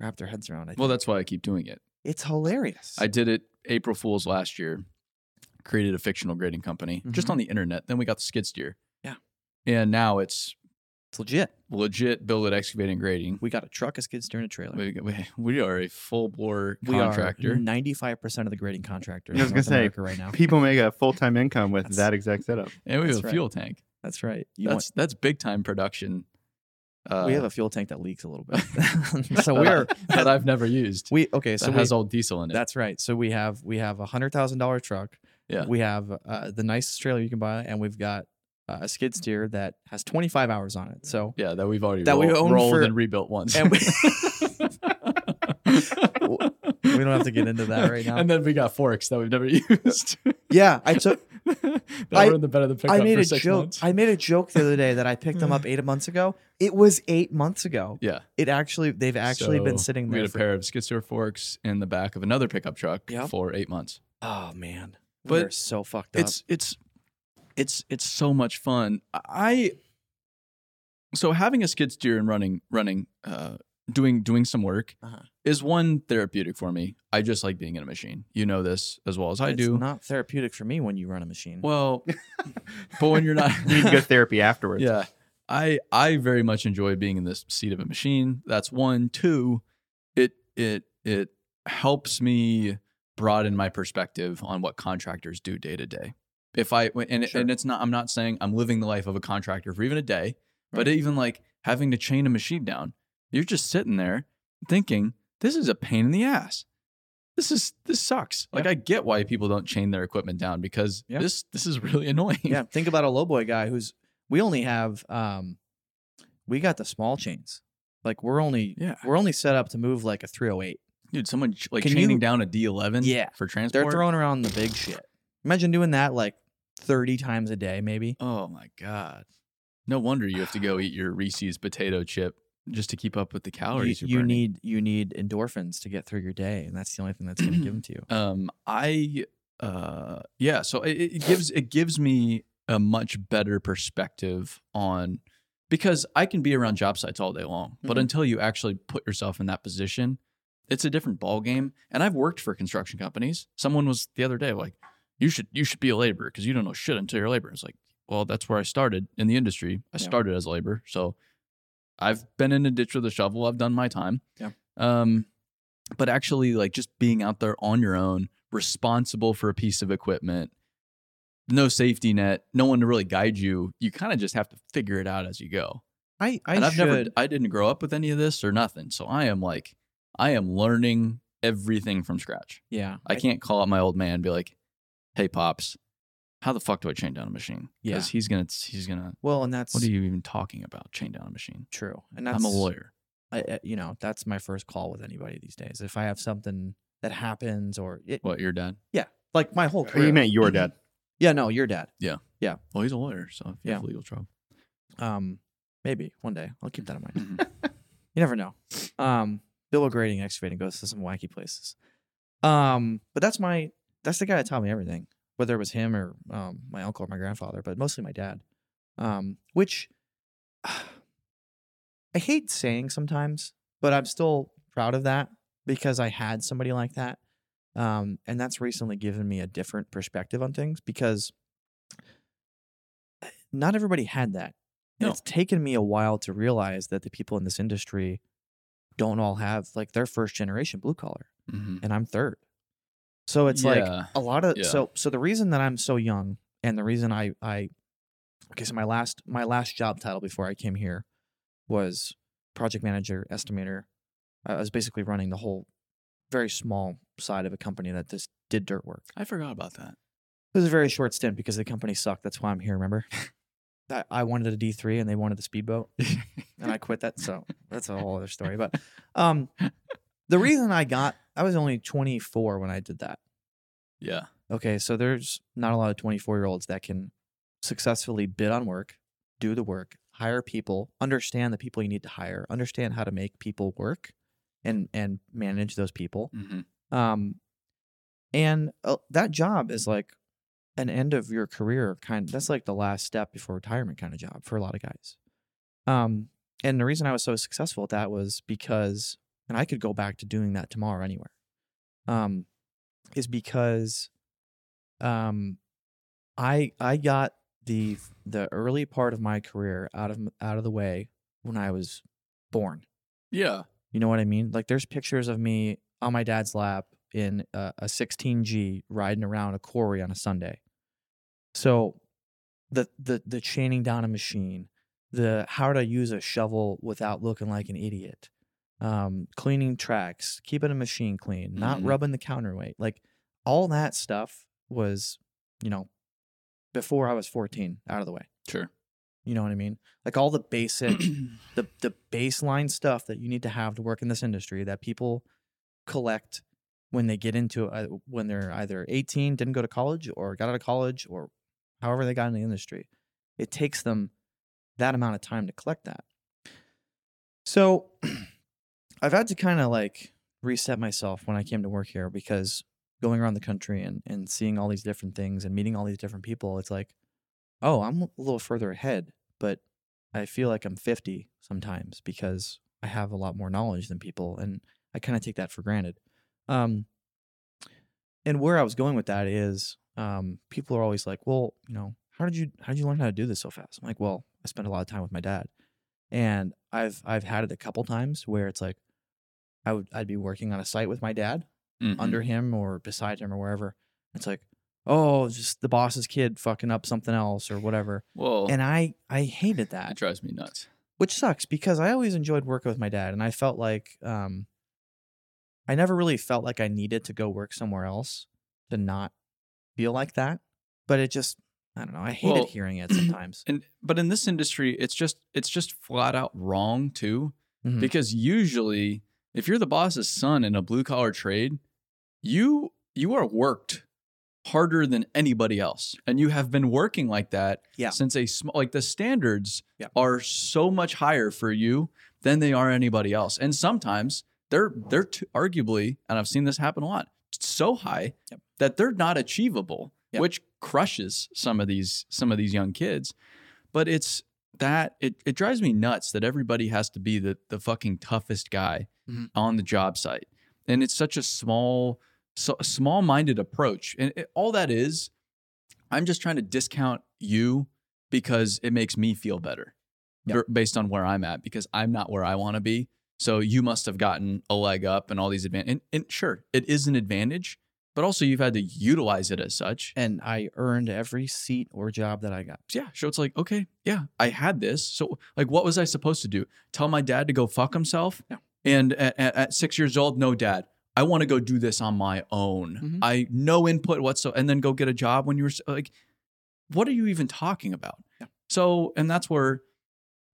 [SPEAKER 1] wrap their heads around. I think.
[SPEAKER 2] Well, that's why I keep doing it.
[SPEAKER 1] it's hilarious.
[SPEAKER 2] I did it April Fool's last year, created a fictional grading company just
[SPEAKER 1] Mhm.
[SPEAKER 2] on the internet. Then we got the skid steer.
[SPEAKER 1] Yeah.
[SPEAKER 2] And now it's
[SPEAKER 1] it's legit.
[SPEAKER 2] legit build it excavating grading.
[SPEAKER 1] We got a truck, a skid steer, and a trailer.
[SPEAKER 2] We, we, we are a full bore
[SPEAKER 1] We are Mm-hmm.
[SPEAKER 2] contractor.
[SPEAKER 1] ninety-five percent of the grading contractors.
[SPEAKER 3] I was
[SPEAKER 1] in
[SPEAKER 3] gonna
[SPEAKER 1] North
[SPEAKER 3] say,
[SPEAKER 1] America right now.
[SPEAKER 3] People make a full time income with
[SPEAKER 1] That's-
[SPEAKER 3] that exact setup.
[SPEAKER 2] and we have a
[SPEAKER 1] That's right.
[SPEAKER 2] fuel tank.
[SPEAKER 1] That's right. You
[SPEAKER 2] that's that's big time production. Uh,
[SPEAKER 1] want, we have a fuel tank that leaks a little bit, so we are
[SPEAKER 2] that I've never used.
[SPEAKER 1] we okay.
[SPEAKER 2] that
[SPEAKER 1] So we,
[SPEAKER 2] has old diesel in it.
[SPEAKER 1] that's right. So we have we have a hundred thousand dollar truck.
[SPEAKER 2] Yeah.
[SPEAKER 1] We have uh, the nicest trailer you can buy, and we've got uh, a skid steer that has twenty-five hours on it. So
[SPEAKER 2] yeah, that we've already
[SPEAKER 1] That we
[SPEAKER 2] roll-
[SPEAKER 1] own
[SPEAKER 2] rolled
[SPEAKER 1] for-
[SPEAKER 2] and rebuilt once.
[SPEAKER 1] and we-
[SPEAKER 2] we
[SPEAKER 1] we don't have to get into that right now.
[SPEAKER 2] And then we got forks that we've never used.
[SPEAKER 1] yeah, I took
[SPEAKER 2] that
[SPEAKER 1] I-
[SPEAKER 2] were in the bed of the pickup
[SPEAKER 1] I made
[SPEAKER 2] for
[SPEAKER 1] a
[SPEAKER 2] six
[SPEAKER 1] joke.
[SPEAKER 2] months.
[SPEAKER 1] I made a joke the other day that I picked them up eight months ago. It was eight months ago.
[SPEAKER 2] yeah,
[SPEAKER 1] It actually they've actually been
[SPEAKER 2] So
[SPEAKER 1] sitting
[SPEAKER 2] We
[SPEAKER 1] there
[SPEAKER 2] had a
[SPEAKER 1] for
[SPEAKER 2] pair of skid steer forks in the back of another pickup truck
[SPEAKER 1] Yep.
[SPEAKER 2] for eight months.
[SPEAKER 1] Oh man,
[SPEAKER 2] But
[SPEAKER 1] we're so fucked up.
[SPEAKER 2] It's it's it's it's so much fun. I so having a skid steer and running running uh, doing doing some work
[SPEAKER 1] Uh-huh.
[SPEAKER 2] is one therapeutic for me. I just like being in a machine. You know this as well as I
[SPEAKER 1] It's
[SPEAKER 2] do.
[SPEAKER 1] Not therapeutic for me when you run a machine.
[SPEAKER 2] well, but when you're not,
[SPEAKER 3] You need to go therapy afterwards.
[SPEAKER 2] Yeah. I I very much enjoy being in this seat of a machine. That's one. Two, it it it helps me broaden my perspective on what contractors do day to day. If I and
[SPEAKER 1] Sure.
[SPEAKER 2] and it's not I'm not saying I'm living the life of a contractor for even a day, but even like having to chain a machine down, you're just sitting there thinking, this is a pain in the ass. This is this sucks. Like
[SPEAKER 1] Yeah.
[SPEAKER 2] I get why people don't chain their equipment down because
[SPEAKER 1] Yeah.
[SPEAKER 2] this this is really annoying.
[SPEAKER 1] yeah, think about a lowboy guy who's we only have um, we got the small chains. Like we're only
[SPEAKER 2] Yeah.
[SPEAKER 1] we're only set up to move like a 308.
[SPEAKER 2] Dude, someone ch- like
[SPEAKER 1] Can
[SPEAKER 2] chaining
[SPEAKER 1] you-
[SPEAKER 2] down a D11
[SPEAKER 1] Yeah.
[SPEAKER 2] for
[SPEAKER 1] They're
[SPEAKER 2] transport.
[SPEAKER 1] throwing around the big shit. Imagine doing that like 30 times a day, maybe.
[SPEAKER 2] oh my god. No wonder you have to go eat your Reese's potato chip just to keep up with the
[SPEAKER 1] You,
[SPEAKER 2] calories
[SPEAKER 1] you
[SPEAKER 2] are burning.
[SPEAKER 1] need you need endorphins to get through your day, and that's the only thing that's going to give them to you.
[SPEAKER 2] um I uh yeah, so it, it gives it gives me a much better perspective on because I can be around job sites all day long, but
[SPEAKER 1] Mhm.
[SPEAKER 2] until you actually put yourself in that position, it's a different ball game. And I've worked for construction companies. Someone was the other day like, "You should you should be a laborer because you don't know shit until you're a laborer." It's like, well, that's where I started in the industry. I
[SPEAKER 1] Yeah.
[SPEAKER 2] started as a laborer, so I've been in a ditch with a shovel. I've done my time.
[SPEAKER 1] Yeah.
[SPEAKER 2] Um, but actually, like just being out there on your own, responsible for a piece of equipment, no safety net, no one to really guide you. You kind of just have to figure it out as you go.
[SPEAKER 1] I I
[SPEAKER 2] and I've
[SPEAKER 1] should
[SPEAKER 2] never, I didn't grow up with any of this or nothing. So I am like, I am learning everything from scratch.
[SPEAKER 1] yeah
[SPEAKER 2] I can't call up my old man and be like, "Hey, pops, how the fuck do I chain down a machine?"
[SPEAKER 1] Yeah.
[SPEAKER 2] Because he's gonna, he's gonna.
[SPEAKER 1] well, and that's
[SPEAKER 2] What are you even talking about? Chain down a machine.
[SPEAKER 1] true, and that's
[SPEAKER 2] I'm a lawyer.
[SPEAKER 1] I, I- you know, that's my first call with anybody these days. If I have something that happens or it,
[SPEAKER 2] What your dad?
[SPEAKER 1] like my whole
[SPEAKER 3] Or
[SPEAKER 1] career.
[SPEAKER 3] Oh, you meant your dad.
[SPEAKER 1] yeah, no, your dad.
[SPEAKER 2] Well, he's a lawyer, so if you have
[SPEAKER 1] Yeah.
[SPEAKER 2] legal trouble.
[SPEAKER 1] Um, maybe one day I'll keep that in mind. You never know. Um, Bill grading excavating goes to some wacky places. Um, but that's my that's the guy that taught me everything, whether it was him or um, my uncle or my grandfather, but mostly my dad. Um, which I hate saying sometimes, but I'm still proud of that because I had somebody like that. Um, and that's recently given me a different perspective on things because uh, not everybody had that. And
[SPEAKER 2] No.
[SPEAKER 1] it's taken me a while to realize that the people in this industry don't all have like their first generation blue collar,
[SPEAKER 2] Mhm.
[SPEAKER 1] and I'm third. So it's like
[SPEAKER 2] Yeah.
[SPEAKER 1] a lot of
[SPEAKER 2] Yeah.
[SPEAKER 1] so so the reason that I'm so young and the reason I I okay so my last my last job title before I came here was project manager estimator. I was basically running the whole very small side of a company that just did dirt work.
[SPEAKER 2] I forgot about that.
[SPEAKER 1] It was a very short stint because the company sucked. That's why I'm here. Remember, I, I wanted a D three and they wanted the speedboat, and I quit that. So that's a whole other story. But um, the reason I got I was only 24 when I did that.
[SPEAKER 2] yeah.
[SPEAKER 1] Okay, so there's not a lot of 24 year olds that can successfully bid on work, do the work, hire people, understand the people you need to hire, understand how to make people work, and and manage those people.
[SPEAKER 2] hmm
[SPEAKER 1] Um, and uh, that job is like an end of your career kind. That's like the last step before retirement kind of job for a lot of guys. Um, and the reason I was so successful at that was because, and I could go back to doing that tomorrow anywhere. Um, is because, um, I I got the the early part of my career out of out of the way when I was born.
[SPEAKER 2] Yeah.
[SPEAKER 1] You know what I mean? Like there's pictures of me on my dad's lap in a, a 16G riding around a quarry on a Sunday. So the the the chaining down a machine, the how to use a shovel without looking like an idiot, um, cleaning tracks, keeping a machine clean, not
[SPEAKER 2] Mhm.
[SPEAKER 1] rubbing the counterweight, like all that stuff was, you know, before I was 14 out of the way.
[SPEAKER 2] Sure. Mm-hmm.
[SPEAKER 1] You know what I mean? Like all the basic the the baseline stuff that you need to have to work in this industry that people collect when they get into uh, when they're either 18 didn't go to college or got out of college or however they got in the industry it takes them that amount of time to collect that so i've had to kind of like reset myself when i came to work here because going around the country and, and seeing all these different things and meeting all these different people it's like oh i'm a little further ahead but I feel like I'm 50 sometimes because I have a lot more knowledge than people, and I kind of take that for granted. Um, and where I was going with that is, um, people are always like, "Well, you know, how did you how did you learn how to do this so fast?" I'm like, "Well, I spent a lot of time with my dad, and I've I've had it a couple times where it's like, I would I'd be working on a site with my dad,
[SPEAKER 2] Mhm.
[SPEAKER 1] under him or beside him or wherever. It's like, oh, it's just the boss's kid fucking up something else or whatever,
[SPEAKER 2] Well,
[SPEAKER 1] and I I hated that
[SPEAKER 2] that drives me nuts.
[SPEAKER 1] which sucks because I always enjoyed working with my dad, and I felt like um, I never really felt like I needed to go work somewhere else to not feel like that. But it just, I don't know, I hated
[SPEAKER 2] Well,
[SPEAKER 1] hearing it sometimes.
[SPEAKER 2] And but in this industry, it's just it's just flat out wrong too.
[SPEAKER 1] Mhm.
[SPEAKER 2] Because usually, if you're the boss's son in a blue collar trade, you you are worked harder than anybody else, and you have been working like that
[SPEAKER 1] Yeah.
[SPEAKER 2] since a small. Like the standards
[SPEAKER 1] Yeah.
[SPEAKER 2] are so much higher for you than they are anybody else, and sometimes they're they're t- arguably, and I've seen this happen a lot, so high
[SPEAKER 1] Yep.
[SPEAKER 2] that they're not achievable,
[SPEAKER 1] Yep.
[SPEAKER 2] which crushes some of these some of these young kids. But it's that it, it drives me nuts that everybody has to be the, the fucking toughest guy
[SPEAKER 1] Mhm.
[SPEAKER 2] on the job site and it's such a small so, small minded approach and it, all that is i'm just trying to discount you because it makes me feel better
[SPEAKER 1] Yeah.
[SPEAKER 2] b- based on where i'm at because i'm not where i want to be so you must have gotten a leg up and all these advantages and, and sure it is an advantage but also you've had to utilize it as such
[SPEAKER 1] and I earned every seat or job that I got.
[SPEAKER 2] yeah. So it's like, okay, yeah, I had this. So like, what was I supposed to do? Tell my dad to go fuck himself?
[SPEAKER 1] Yeah.
[SPEAKER 2] And at, at, at six years old, no, dad, I want to go do this on my own.
[SPEAKER 1] Mhm.
[SPEAKER 2] I no input whatsoever, and then go get a job when you were s- like, what are you even talking about?
[SPEAKER 1] Yeah.
[SPEAKER 2] So, and that's where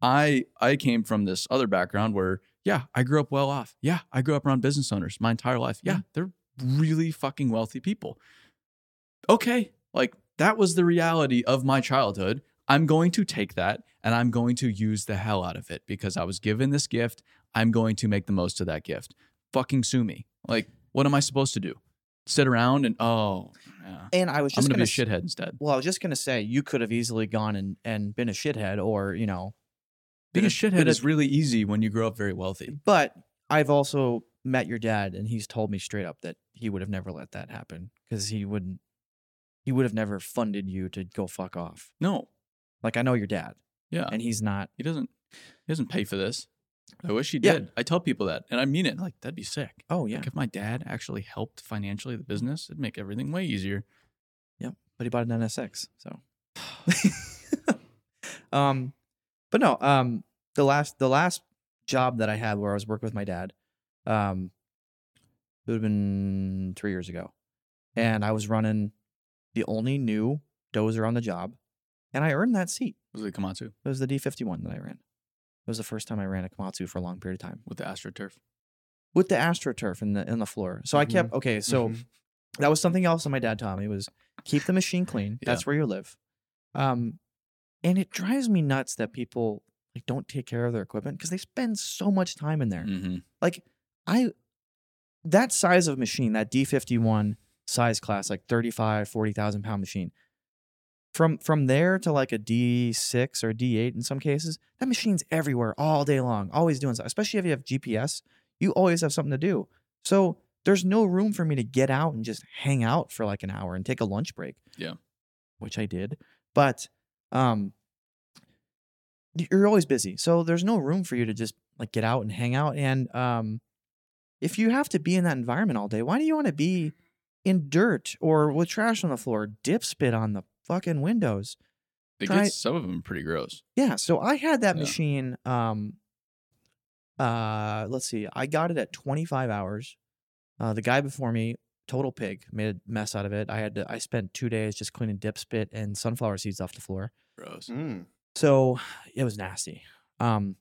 [SPEAKER 2] I I came from this other background where yeah, I grew up well off. Yeah, I grew up around business owners my entire life. Yeah,
[SPEAKER 1] Mm-hmm.
[SPEAKER 2] they're really fucking wealthy people. Okay, like that was the reality of my childhood. I'm going to take that and I'm going to use the hell out of it because I was given this gift. I'm going to make the most of that gift. Fucking sue me. Like, what am I supposed to do? Sit around and oh, yeah.
[SPEAKER 1] And I was
[SPEAKER 2] I'm
[SPEAKER 1] just
[SPEAKER 2] gonna be
[SPEAKER 1] gonna
[SPEAKER 2] a
[SPEAKER 1] s-
[SPEAKER 2] shithead instead.
[SPEAKER 1] Well, I was just gonna say you could have easily gone and and been a shithead, or you know,
[SPEAKER 2] Being a
[SPEAKER 1] been
[SPEAKER 2] shithead
[SPEAKER 1] been
[SPEAKER 2] is really easy when you grow up very wealthy.
[SPEAKER 1] But I've also met your dad, and he's told me straight up that he would have never let that happen because he wouldn't. He would have never funded you to go fuck off.
[SPEAKER 2] No,
[SPEAKER 1] Like I know your dad,
[SPEAKER 2] yeah,
[SPEAKER 1] Uh. and he's not.
[SPEAKER 2] he doesn't. He doesn't pay for this. I wish he
[SPEAKER 1] Yeah.
[SPEAKER 2] did. I tell people that, and I mean it. Like that'd be sick.
[SPEAKER 1] Oh yeah,
[SPEAKER 2] Like if my dad actually helped financially the business, it'd make everything way easier.
[SPEAKER 1] but he bought an NSX. So, um, but no, um, the last the last job that I had where I was working with my dad, um, it would have been three years ago, and I was running the only new dozer on the job, and I earned that seat.
[SPEAKER 2] Was it Komatsu
[SPEAKER 1] It was the D fifty one that I ran. It was the first time I ran a Komatsu for a long period of time
[SPEAKER 2] with the AstroTurf?
[SPEAKER 1] with the astroturf in the in the floor. So I kept okay. So
[SPEAKER 3] Mhm.
[SPEAKER 1] that was something else that my dad taught me was keep the machine clean. That's where you live. Um, and it drives me nuts that people like don't take care of their equipment because they spend so much time in there.
[SPEAKER 2] Mm-hmm.
[SPEAKER 1] Like I, that size of machine, that D fifty one size class, like 35, 40,000 pound machine. From from there to like a D six or D eight in some cases, that machine's everywhere all day long, always doing stuff. Especially if you have GPS, you always have something to do. So there's no room for me to get out and just hang out for like an hour and take a lunch break.
[SPEAKER 2] Yeah.
[SPEAKER 1] Which I did. But um you're always busy. So there's no room for you to just like get out and hang out. And um if you have to be in that environment all day, why do you want to be in dirt or with trash on the floor, dip spit on the fucking windows?
[SPEAKER 2] They
[SPEAKER 1] Try-
[SPEAKER 2] get some of them pretty gross.
[SPEAKER 1] Yeah, so I had that
[SPEAKER 2] Yeah.
[SPEAKER 1] machine. Um, uh, let's see, I got it at 25 hours. Uh, the guy before me, total pig, made a mess out of it. I had to. I spent two days just cleaning dip spit and sunflower seeds off the floor.
[SPEAKER 2] Gross.
[SPEAKER 3] Mm.
[SPEAKER 1] So it was nasty. Um,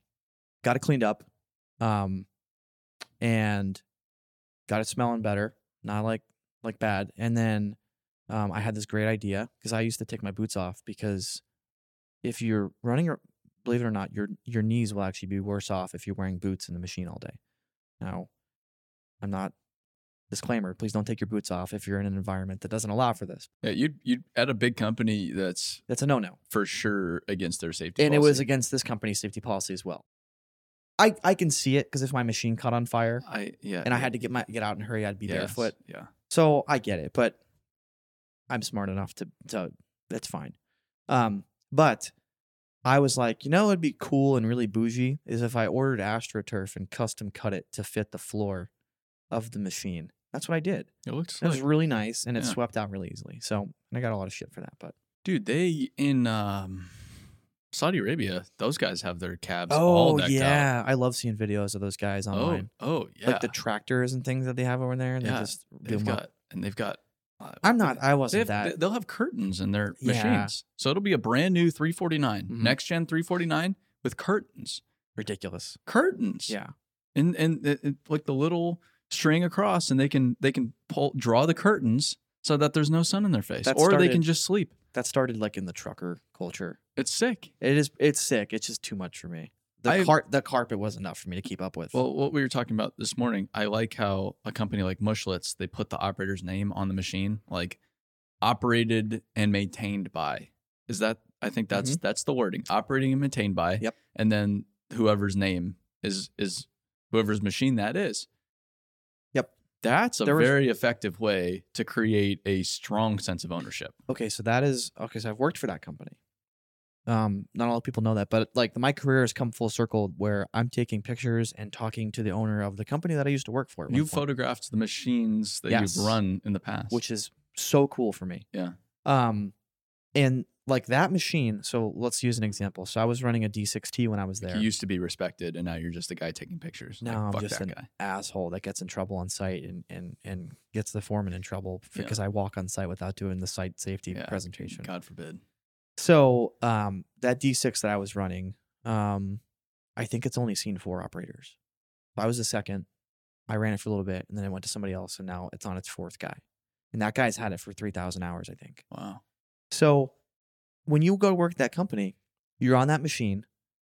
[SPEAKER 1] got it cleaned up, um, and got it smelling better, not like like bad. And then um, I had this great idea because I used to take my boots off because if you're running, your- believe it or not, your your knees will actually be worse off if you're wearing boots in the machine all day. Now, I'm not. Disclaimer: Please don't take your boots off if you're in an environment that doesn't allow for this.
[SPEAKER 2] Yeah, you you at a big company that's
[SPEAKER 1] That's a no-no.
[SPEAKER 2] for sure against their safety.
[SPEAKER 1] and it was
[SPEAKER 2] policy.
[SPEAKER 1] against this company's safety policy as well. I, I can see it because if my machine caught on fire
[SPEAKER 2] I yeah,
[SPEAKER 1] and I had to get my get out and hurry, I'd be
[SPEAKER 2] yes,
[SPEAKER 1] barefoot.
[SPEAKER 2] Yeah,
[SPEAKER 1] So I get it, but I'm smart enough to to that's fine. Um, but I was like, you know, it'd be cool and really bougie is if I ordered AstroTurf and custom cut it to fit the floor of the machine. That's what I did.
[SPEAKER 2] it looks
[SPEAKER 1] It was
[SPEAKER 2] like
[SPEAKER 1] really nice and it
[SPEAKER 2] Yeah.
[SPEAKER 1] swept out really easily. So and I got a lot of shit for that, but
[SPEAKER 2] dude. They in um, Saudi Arabia, those guys have their cabs. all
[SPEAKER 1] oh
[SPEAKER 2] decked Out.
[SPEAKER 1] yeah, I love seeing videos of those guys online.
[SPEAKER 2] Oh oh yeah.
[SPEAKER 1] like the tractors and things that they have over there, and
[SPEAKER 2] Yeah,
[SPEAKER 1] they just do
[SPEAKER 2] they've
[SPEAKER 1] them up.
[SPEAKER 2] got and they've got. uh,
[SPEAKER 1] I'm not. I
[SPEAKER 2] They
[SPEAKER 1] wasn't
[SPEAKER 2] have,
[SPEAKER 1] that.
[SPEAKER 2] they- They'll have curtains in their
[SPEAKER 1] Yeah.
[SPEAKER 2] machines, so it'll be a brand new 349,
[SPEAKER 1] Mhm.
[SPEAKER 2] next gen 349 with curtains,
[SPEAKER 1] ridiculous.
[SPEAKER 2] curtains.
[SPEAKER 1] Yeah.
[SPEAKER 2] and and it, it- like the little string across, and they can they can pull draw the curtains so that there's no sun in their face,
[SPEAKER 1] That
[SPEAKER 2] or they
[SPEAKER 1] started-
[SPEAKER 2] can just sleep.
[SPEAKER 1] That started like in the trucker culture.
[SPEAKER 2] It's sick.
[SPEAKER 1] It is. It's sick. It's just too much for me. The
[SPEAKER 2] I-
[SPEAKER 1] car, the carpet was enough for me to keep up with.
[SPEAKER 2] Well, what we were talking about this morning, I like how a company like Mushlets they put the operator's name on the machine, like operated and maintained by. Is that I think that's that's the wording, operating and maintained by.
[SPEAKER 1] Mm-hmm. Yep.
[SPEAKER 2] And then whoever's name is is whoever's machine that is.
[SPEAKER 1] Yep.
[SPEAKER 2] That's a
[SPEAKER 1] There was-
[SPEAKER 2] very effective way to create a strong sense of ownership.
[SPEAKER 1] okay, so that is okay. So I've worked for that company. Um, not a lot of people know that, but like my career has come full circle where I'm taking pictures and talking to the owner of the company that I used to work for. at one
[SPEAKER 2] You
[SPEAKER 1] point.
[SPEAKER 2] photographed the machines that
[SPEAKER 1] Yes.
[SPEAKER 2] you've run in the past.
[SPEAKER 1] which is so cool for me.
[SPEAKER 2] Yeah.
[SPEAKER 1] Um, and like that machine. So let's use an example. So I was running a D6T when I was there.
[SPEAKER 2] you used to be respected, and now you're just a guy taking pictures.
[SPEAKER 1] No, I'm
[SPEAKER 2] fuck
[SPEAKER 1] just
[SPEAKER 2] that
[SPEAKER 1] an
[SPEAKER 2] guy.
[SPEAKER 1] asshole that gets in trouble on site and and and gets the foreman in trouble
[SPEAKER 2] Yeah.
[SPEAKER 1] because I walk on site without doing the site safety
[SPEAKER 2] Yeah.
[SPEAKER 1] presentation.
[SPEAKER 2] God forbid.
[SPEAKER 1] So um, that D6 that I was running, um, I think it's only seen four operators. I was the second. I ran it for a little bit, and then I went to somebody else, and now it's on its fourth guy. And that guy's had it for three thousand hours, I think.
[SPEAKER 2] Wow.
[SPEAKER 1] So when you go work at that company, you're on that machine.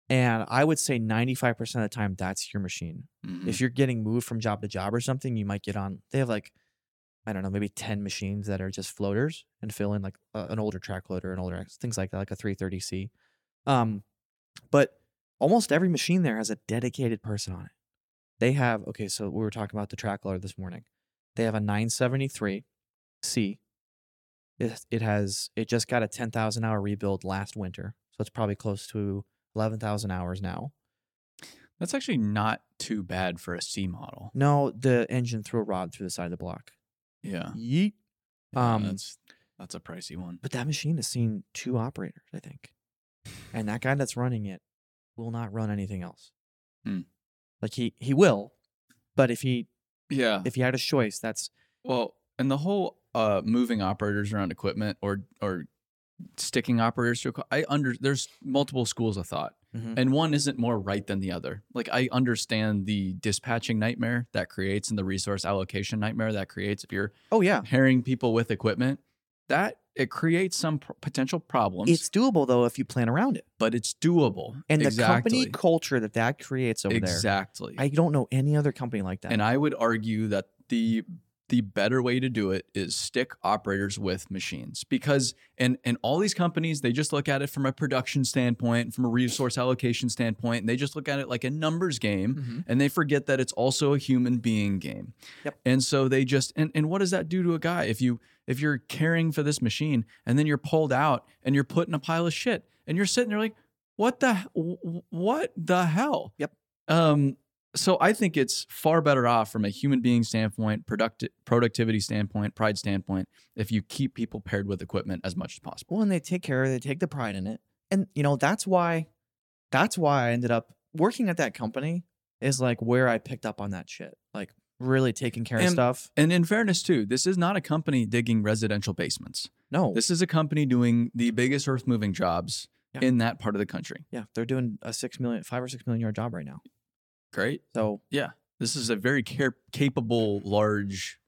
[SPEAKER 1] And I would say 95% of the time, that's your machine.
[SPEAKER 2] Mhm.
[SPEAKER 1] If you're getting moved from job to job or something, you might get on, they have like, I don't know, maybe 10 machines that are just floaters and fill in like a, an older track loader, an older, things like that, like a 330C. Um, but almost every machine there has a dedicated person on it. They have, okay, so we were talking about the track loader this morning. They have a 973C. It, it has, it just got a 10,000 hour rebuild last winter. So it's probably close to 11,000 hours now.
[SPEAKER 2] That's actually not too bad for a C model.
[SPEAKER 1] No, the engine threw a rod through the side of the block.
[SPEAKER 2] Yeah.
[SPEAKER 1] Yeet.
[SPEAKER 2] Yeah,
[SPEAKER 1] Um,
[SPEAKER 2] that's that's a pricey one.
[SPEAKER 1] But that machine has seen two operators, I think. And that guy that's running it will not run anything else.
[SPEAKER 2] Hmm.
[SPEAKER 1] Like he he will, but if he
[SPEAKER 2] Yeah.
[SPEAKER 1] if he had a choice, that's
[SPEAKER 2] Well, and the whole uh, moving operators around equipment or or sticking operators to equi- I under there's multiple schools of thought,
[SPEAKER 1] Mhm.
[SPEAKER 2] and one isn't more right than the other. Like I understand the dispatching nightmare that creates and the resource allocation nightmare that creates if you're
[SPEAKER 1] oh yeah,
[SPEAKER 2] pairing people with equipment that it creates some pr- potential problems,
[SPEAKER 1] it's doable though if you plan around it.
[SPEAKER 2] but it's doable.
[SPEAKER 1] And
[SPEAKER 2] exactly.
[SPEAKER 1] the company culture that that creates over
[SPEAKER 2] exactly.
[SPEAKER 1] there, I don't know any other company like that.
[SPEAKER 2] And I would argue that the the better way to do it is stick operators with machines because and and all these companies they just look at it from a production standpoint, from a resource allocation standpoint, and they just look at it like a numbers game
[SPEAKER 1] Mhm.
[SPEAKER 2] and they forget that it's also a human being game.
[SPEAKER 1] Yep.
[SPEAKER 2] And so they just and, and what does that do to a guy if you if you're caring for this machine and then you're pulled out and you're put in a pile of shit and you're sitting there like what the wh- what the hell?
[SPEAKER 1] Yep.
[SPEAKER 2] Um so I think it's far better off from a human being standpoint, product productivity standpoint, pride standpoint if you keep people paired with equipment as much as possible.
[SPEAKER 1] well, and they take care of it, they take the pride in it. And you know, that's why that's why I ended up working at that company is like where I picked up on that shit. Like really taking care of
[SPEAKER 2] And-
[SPEAKER 1] stuff.
[SPEAKER 2] And in fairness too, this is not a company digging residential basements.
[SPEAKER 1] No.
[SPEAKER 2] This is a company doing the biggest earth moving jobs
[SPEAKER 1] Yeah.
[SPEAKER 2] in that part of the country.
[SPEAKER 1] yeah, they're doing a six million five or six million yard job right now.
[SPEAKER 2] Great.
[SPEAKER 1] So
[SPEAKER 2] This is a very care- capable large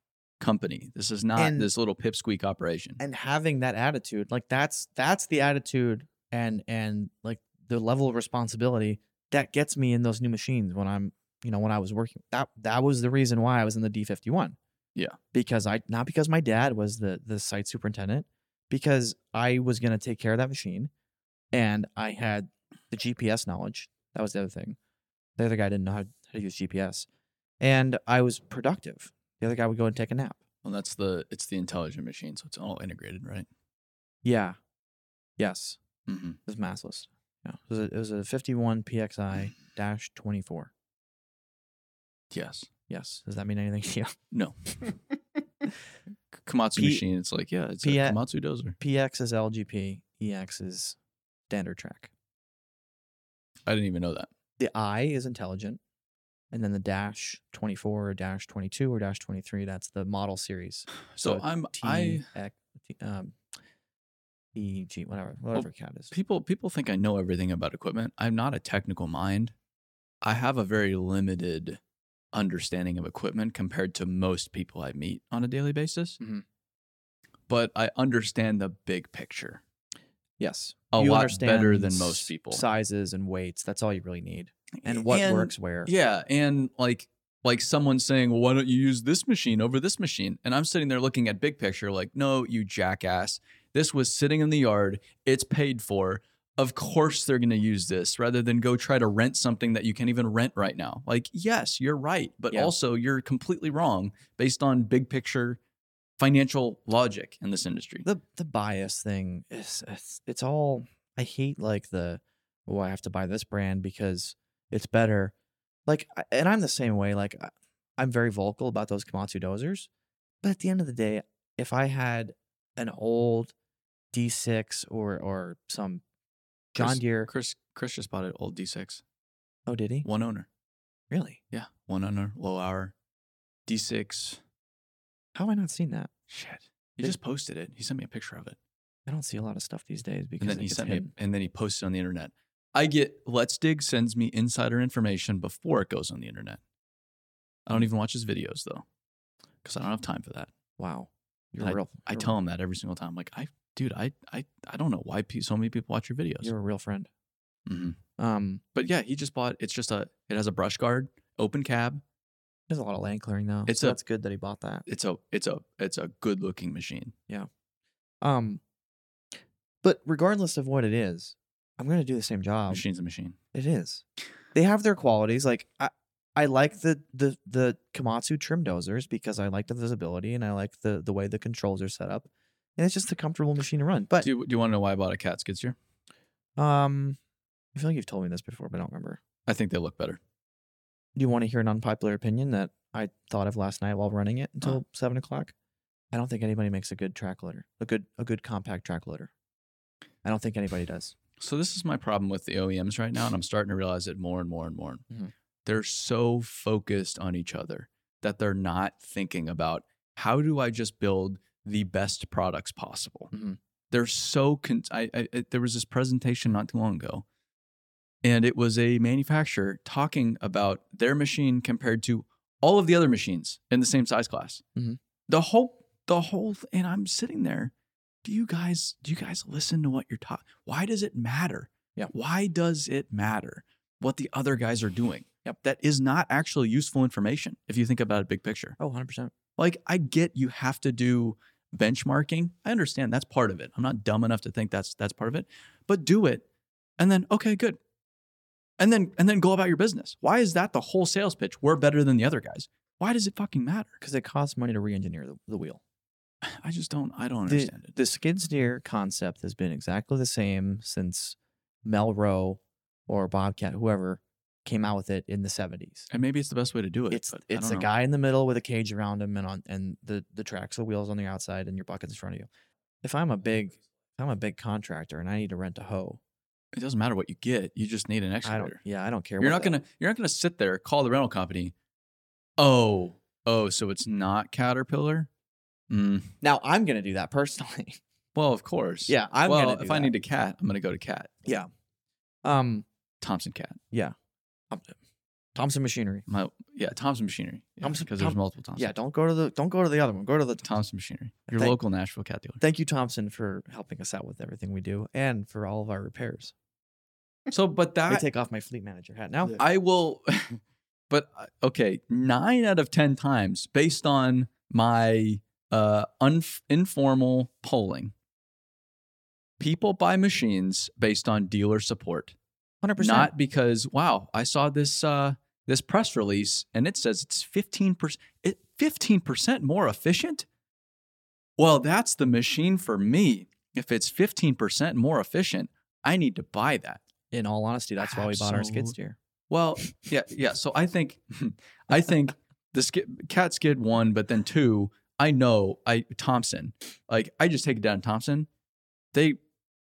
[SPEAKER 2] company. This is not
[SPEAKER 1] And-
[SPEAKER 2] this little pipsqueak operation.
[SPEAKER 1] and having that attitude, like that's that's the attitude and and like the level of responsibility that gets me in those new machines when I'm you know when I was working that that was the reason why I was in the D fifty one.
[SPEAKER 2] Yeah.
[SPEAKER 1] because I not because my dad was the the site superintendent because I was gonna take care of that machine, and I had the GPS knowledge. That was the other thing. The other guy didn't know how how to use GPS, and I was productive. The other guy would go and take a nap.
[SPEAKER 2] well, that's the it's the intelligent machine, so it's all integrated, right?
[SPEAKER 1] Yeah. Yes.
[SPEAKER 2] Mm-hmm.
[SPEAKER 1] It was massless. Yeah. It was a, it was a 51 PXI dash 24.
[SPEAKER 2] Yes.
[SPEAKER 1] Yes. Does that mean anything? Yeah.
[SPEAKER 2] Komatsu
[SPEAKER 1] P-
[SPEAKER 2] machine. It's like yeah, it's
[SPEAKER 1] P-
[SPEAKER 2] a Komatsu dozer.
[SPEAKER 1] PX is LGP. EX E is standard track.
[SPEAKER 2] I didn't even know that.
[SPEAKER 1] The I is intelligent. And then the dash 24 or dash 22 or dash 23, that's the model series.
[SPEAKER 2] So,
[SPEAKER 1] So
[SPEAKER 2] I'm
[SPEAKER 1] T,
[SPEAKER 2] I
[SPEAKER 1] X, T- um, E, G, whatever,
[SPEAKER 2] Oh,
[SPEAKER 1] whatever cat is.
[SPEAKER 2] people people think I know everything about equipment. I'm not a technical mind. I have a very limited understanding of equipment compared to most people I meet on a daily basis.
[SPEAKER 1] Mhm.
[SPEAKER 2] But I understand the big picture.
[SPEAKER 1] Yes.
[SPEAKER 2] a
[SPEAKER 1] You
[SPEAKER 2] lot
[SPEAKER 1] understand
[SPEAKER 2] better than
[SPEAKER 1] s-
[SPEAKER 2] most people.
[SPEAKER 1] Sizes and weights. That's all you really need. And what works where.
[SPEAKER 2] Yeah, and like like someone saying, "Well, why don't you use this machine over this machine?" And I'm sitting there looking at big picture, like, "No, you jackass! This was sitting in the yard. It's paid for. Of course they're going to use this rather than go try to rent something that you can't even rent right now." Like, yes, you're right, but
[SPEAKER 1] Yeah.
[SPEAKER 2] also you're completely wrong based on big picture financial logic in this industry.
[SPEAKER 1] the the bias thing is it's, it's all I hate like the oh I have to buy this brand because it's better like I- and I'm the same way like I- I'm very vocal about those Komatsu dozers but at the end of the day if I had an old D6 or or some John
[SPEAKER 2] Chris-
[SPEAKER 1] Deere
[SPEAKER 2] Chris Chris just bought an old D6,
[SPEAKER 1] oh did he
[SPEAKER 2] one owner.
[SPEAKER 1] really
[SPEAKER 2] Yeah, one owner, low hour, D6.
[SPEAKER 1] how have I not seen that
[SPEAKER 2] Shit. He
[SPEAKER 1] Did-
[SPEAKER 2] just posted it. He sent me a picture of it.
[SPEAKER 1] I don't see a lot of stuff these days because
[SPEAKER 2] And then
[SPEAKER 1] it
[SPEAKER 2] he
[SPEAKER 1] gets
[SPEAKER 2] sent me
[SPEAKER 1] hidden.
[SPEAKER 2] and then he posted on the internet. I get Let's Dig sends me insider information before it goes on the internet. I don't even watch his videos though. Cuz I don't have time for that.
[SPEAKER 1] wow you're
[SPEAKER 2] I-
[SPEAKER 1] a real
[SPEAKER 2] I
[SPEAKER 1] you're-
[SPEAKER 2] tell him that every single time like I dude, I I I don't know why pe- so many people watch your videos.
[SPEAKER 1] you're a real friend
[SPEAKER 2] Mhm.
[SPEAKER 1] um
[SPEAKER 2] But yeah, he just bought it's just a it has a brush guard, open cab.
[SPEAKER 1] there's a lot of land clearing though
[SPEAKER 2] It's
[SPEAKER 1] so
[SPEAKER 2] a-
[SPEAKER 1] that's good that he bought that
[SPEAKER 2] It's a it's a it's a good-looking machine.
[SPEAKER 1] Um, but regardless of what it is, I'm gonna do the same job.
[SPEAKER 2] Machine's a machine.
[SPEAKER 1] It is. They have their qualities. Like I, I like the the the Komatsu trim dozers because I like the visibility and I like the the way the controls are set up, and it's just a comfortable machine to run. But
[SPEAKER 2] Do you, do you want to know why I bought a cat skid steer?
[SPEAKER 1] um, I feel like you've told me this before, but I don't remember.
[SPEAKER 2] I think they look better.
[SPEAKER 1] Do you want to hear an unpopular opinion that I thought of last night while running it until seven o'clock? I don't think anybody makes a good track loader, a good a good compact track loader. I don't think anybody does.
[SPEAKER 2] So this is my problem with the OEMs right now, and I'm starting to realize it more and more and more.
[SPEAKER 1] Mhm.
[SPEAKER 2] They're so focused on each other that they're not thinking about how do I just build the best products possible.
[SPEAKER 1] Mhm.
[SPEAKER 2] They're so. Con- I, I, I- there was this presentation not too long ago, and it was a manufacturer talking about their machine compared to all of the other machines in the same size class.
[SPEAKER 1] Mhm.
[SPEAKER 2] The whole, the whole, and I'm sitting there. Do you guys? Do you guys listen to what you're talking? Why does it matter?
[SPEAKER 1] Yeah.
[SPEAKER 2] Why does it matter what the other guys are doing?
[SPEAKER 1] Yep.
[SPEAKER 2] That is not actually useful information if you think about it big picture.
[SPEAKER 1] Oh, 100 percent.
[SPEAKER 2] Like I get you have to do benchmarking. I understand that's part of it. I'm not dumb enough to think that's that's part of it. But do it and then okay, good. And then and then go about your business. Why is that the whole sales pitch? We're better than the other guys. Why does it fucking matter?
[SPEAKER 1] Because it costs money to re-engineer the, the wheel.
[SPEAKER 2] I just don't I don't
[SPEAKER 1] the,
[SPEAKER 2] understand it.
[SPEAKER 1] the skid steer concept has been exactly the same since Melroe or Bobcat, whoever came out with it in the 70s.
[SPEAKER 2] And maybe it's the best way to do it.
[SPEAKER 1] It's
[SPEAKER 2] but I
[SPEAKER 1] it's
[SPEAKER 2] don't
[SPEAKER 1] a
[SPEAKER 2] know.
[SPEAKER 1] guy in the middle with a cage around him and on and the the tracks, the wheels on the outside, and your buckets in front of you. If I'm a big if I'm a big contractor and I need to rent a hoe,
[SPEAKER 2] It doesn't matter what you get. You just need an
[SPEAKER 1] I don't
[SPEAKER 2] excavator.
[SPEAKER 1] yeah, I don't care.
[SPEAKER 2] You're
[SPEAKER 1] what
[SPEAKER 2] not
[SPEAKER 1] the-
[SPEAKER 2] gonna you're not gonna sit there call the rental company. Oh oh, so it's not Caterpillar. Mm.
[SPEAKER 1] now I'm gonna do that personally.
[SPEAKER 2] Well, of course.
[SPEAKER 1] yeah, I'm
[SPEAKER 2] well,
[SPEAKER 1] gonna do
[SPEAKER 2] if I need a cat, I'm gonna go to cat
[SPEAKER 1] to um
[SPEAKER 2] Thompson cat.
[SPEAKER 1] Thompson machinery.
[SPEAKER 2] My yeah, Thompson Machinery.
[SPEAKER 1] Thompson-
[SPEAKER 2] because
[SPEAKER 1] Thom-
[SPEAKER 2] there's multiple Thompson.
[SPEAKER 1] Yeah, don't go to the don't go to the other one. Go to the
[SPEAKER 2] Thompson Machinery. Your
[SPEAKER 1] Thank-
[SPEAKER 2] local Nashville cat dealer.
[SPEAKER 1] Thank you, Thompson, for helping us out with everything we do and for all of our repairs.
[SPEAKER 2] So, but
[SPEAKER 1] I
[SPEAKER 2] that
[SPEAKER 1] take off my fleet manager hat now.
[SPEAKER 3] Yeah.
[SPEAKER 2] I will. but uh, okay, nine out of ten times, based on my uh unf- informal polling, people buy machines based on dealer support.
[SPEAKER 1] Hundred percent.
[SPEAKER 2] not because wow i saw this uh this press release and it says it's 15% it, 15% more efficient well that's the machine for me if it's 15% more efficient i need to buy that
[SPEAKER 1] In all honesty, that's why we bought our skid
[SPEAKER 2] Absolute-
[SPEAKER 1] steer.
[SPEAKER 2] well yeah yeah so i think i think the skid, cat skid one but then two i know i thompson like i just take it down thompson they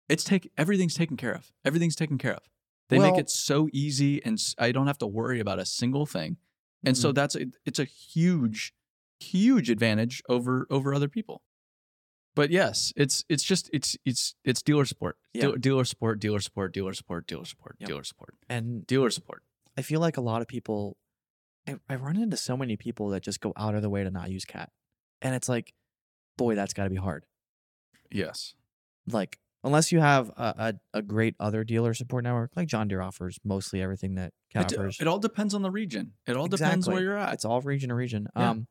[SPEAKER 2] it's take everything's taken care of everything's taken care of they
[SPEAKER 1] Well-
[SPEAKER 2] make it so easy and s- i don't have to worry about a single thing and
[SPEAKER 1] Mm-hmm.
[SPEAKER 2] so that's a, it's a huge huge advantage over over other people but yes it's it's just it's it's it's dealer support
[SPEAKER 1] Yeah.
[SPEAKER 2] Deal- dealer support dealer support dealer support dealer support
[SPEAKER 1] Yep.
[SPEAKER 2] dealer support
[SPEAKER 1] and
[SPEAKER 2] dealer support
[SPEAKER 1] I feel like a lot of people, I, I run into so many people that just go out of their way to not use cat, and it's like, boy, that's got to be hard.
[SPEAKER 2] yes
[SPEAKER 1] Like unless you have a, a, a great other dealer support network, like John Deere offers mostly everything that cat
[SPEAKER 2] It,
[SPEAKER 1] offers.
[SPEAKER 2] it all depends on the region. It all depends where
[SPEAKER 1] Exactly.
[SPEAKER 2] you're at.
[SPEAKER 1] it's all region to region.
[SPEAKER 2] Yeah.
[SPEAKER 1] Um,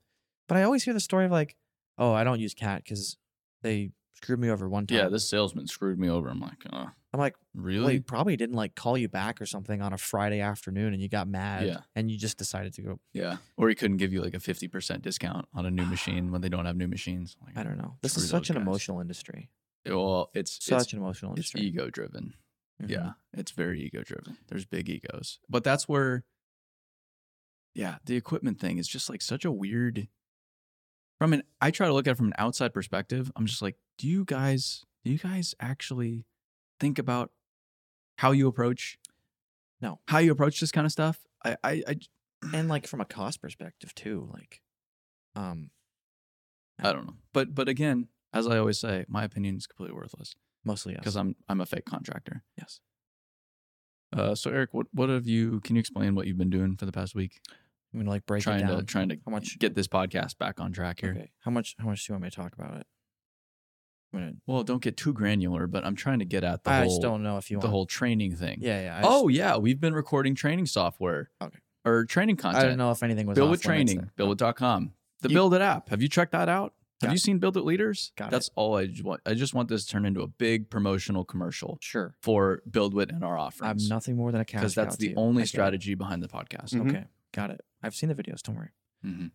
[SPEAKER 1] but I always hear the story of like, oh, I don't use cat because they screwed me over one time.
[SPEAKER 2] yeah, this salesman screwed me over. I'm like, uh,
[SPEAKER 1] I'm like,
[SPEAKER 2] really?
[SPEAKER 1] well, he probably didn't like call you back or something on a Friday afternoon, and you got mad,
[SPEAKER 2] Yeah.
[SPEAKER 1] and you just decided to go.
[SPEAKER 2] yeah. Or he couldn't give you like a 50% discount on a new machine when they don't have new machines. Like,
[SPEAKER 1] I don't know. This is
[SPEAKER 2] Screw
[SPEAKER 1] such an
[SPEAKER 2] those guys.
[SPEAKER 1] emotional industry.
[SPEAKER 2] Well, it's
[SPEAKER 1] Such
[SPEAKER 2] it's,
[SPEAKER 1] an emotional
[SPEAKER 2] it's
[SPEAKER 1] industry.
[SPEAKER 2] ego driven.
[SPEAKER 1] Mhm.
[SPEAKER 2] Yeah, it's very ego driven. There's big egos, but that's where, yeah, the equipment thing is just like such a weird. From an, I try to look at it from an outside perspective. I'm just like, do you guys, do you guys actually think about how you approach,
[SPEAKER 1] No.
[SPEAKER 2] how you approach this kind of stuff? I, I, I,
[SPEAKER 1] and like from a cost perspective too like um
[SPEAKER 2] I don't know. But, but again, as I always say, my opinion is completely worthless
[SPEAKER 1] mostly
[SPEAKER 2] because
[SPEAKER 1] us
[SPEAKER 2] I'm, I'm a fake contractor.
[SPEAKER 1] yes
[SPEAKER 2] Uh, so Eric, what, what have you? Can you explain what you've been doing for the past week?
[SPEAKER 1] i'm gonna like break it
[SPEAKER 2] trying
[SPEAKER 1] down
[SPEAKER 2] to, trying to
[SPEAKER 1] how much
[SPEAKER 2] get this podcast back on track here.
[SPEAKER 1] okay how much how much do you want me to talk about it i'm gonna
[SPEAKER 2] Well, don't get too granular, but I'm trying to get at the
[SPEAKER 1] i
[SPEAKER 2] whole
[SPEAKER 1] just don't know if you
[SPEAKER 2] the
[SPEAKER 1] want
[SPEAKER 2] whole training thing.
[SPEAKER 1] yeah yeah I just-
[SPEAKER 2] oh yeah, we've been recording training software.
[SPEAKER 1] Okay.
[SPEAKER 2] Or training
[SPEAKER 1] i
[SPEAKER 2] content.
[SPEAKER 1] don't know if anything was
[SPEAKER 2] Build
[SPEAKER 1] off
[SPEAKER 2] with
[SPEAKER 1] limits
[SPEAKER 2] training.
[SPEAKER 1] there.
[SPEAKER 2] Buildwith.com. The
[SPEAKER 1] You-
[SPEAKER 2] Build It app. Have you checked that out? Have
[SPEAKER 1] Got
[SPEAKER 2] you seen Build It Leaders?
[SPEAKER 1] Got
[SPEAKER 2] That's all I just want. I just want this to turn into a big promotional commercial
[SPEAKER 1] sure
[SPEAKER 2] for Build With and our
[SPEAKER 1] i'm
[SPEAKER 2] offerings.
[SPEAKER 1] nothing more than a cash
[SPEAKER 2] because
[SPEAKER 1] cow
[SPEAKER 2] that's
[SPEAKER 1] to
[SPEAKER 2] the
[SPEAKER 1] you. I get
[SPEAKER 2] only
[SPEAKER 1] it. Mm.
[SPEAKER 2] strategy Mm-hmm. behind the podcast.
[SPEAKER 3] Mhm.
[SPEAKER 1] okay got it i've seen the videos don't worry
[SPEAKER 2] Mhm.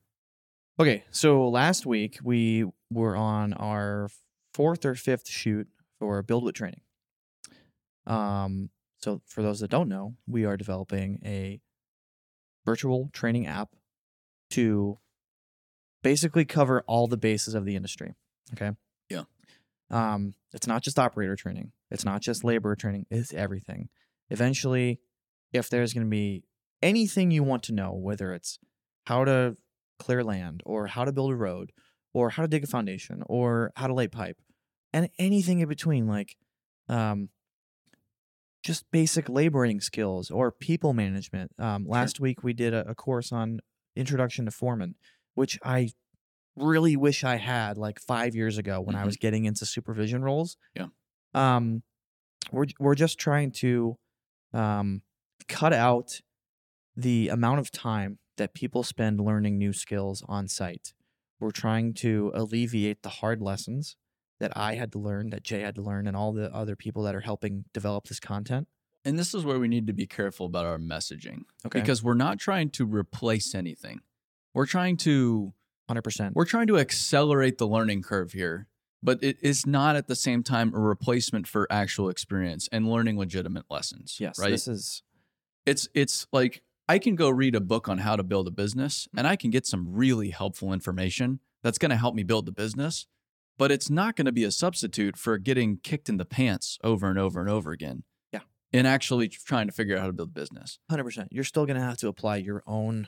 [SPEAKER 1] Okay, so last week we were on our fourth or fifth shoot for Build With Training. Um, so for those that don't know, we are developing a virtual training app to basically cover all the bases of the industry. Okay.
[SPEAKER 2] Yeah.
[SPEAKER 1] Um, it's not just operator training. It's not just labor training. It's everything. Eventually, if there's going to be anything you want to know, whether it's how to clear land or how to build a road or how to dig a foundation or how to lay pipe and anything in between, like um, just basic laboring skills or people management. Um, last week we did a, a course on introduction to foreman, which I really wish I had like five years ago when I was getting into supervision roles.
[SPEAKER 2] Yeah.
[SPEAKER 1] Um, we're we're just trying to um, cut out the amount of time that people spend learning new skills on site. We're trying to alleviate the hard lessons that I had to learn, that Jay had to learn, and all the other people that are helping develop this content.
[SPEAKER 2] And this is where we need to be careful about our messaging
[SPEAKER 1] Okay.
[SPEAKER 2] because we're not trying to replace anything. We're trying to
[SPEAKER 1] 100%.
[SPEAKER 2] we're trying to accelerate the learning curve here, but it is not at the same time a replacement for actual experience and learning legitimate lessons.
[SPEAKER 1] yes.
[SPEAKER 2] right.
[SPEAKER 1] This is
[SPEAKER 2] it's it's like I can go read a book on how to build a business and I can get some really helpful information that's going to help me build the business, but it's not going to be a substitute for getting kicked in the pants over and over and over again.
[SPEAKER 1] Yeah.
[SPEAKER 2] And actually trying to figure out how to build a business.
[SPEAKER 1] Hundred percent. You're still gonna have to apply your own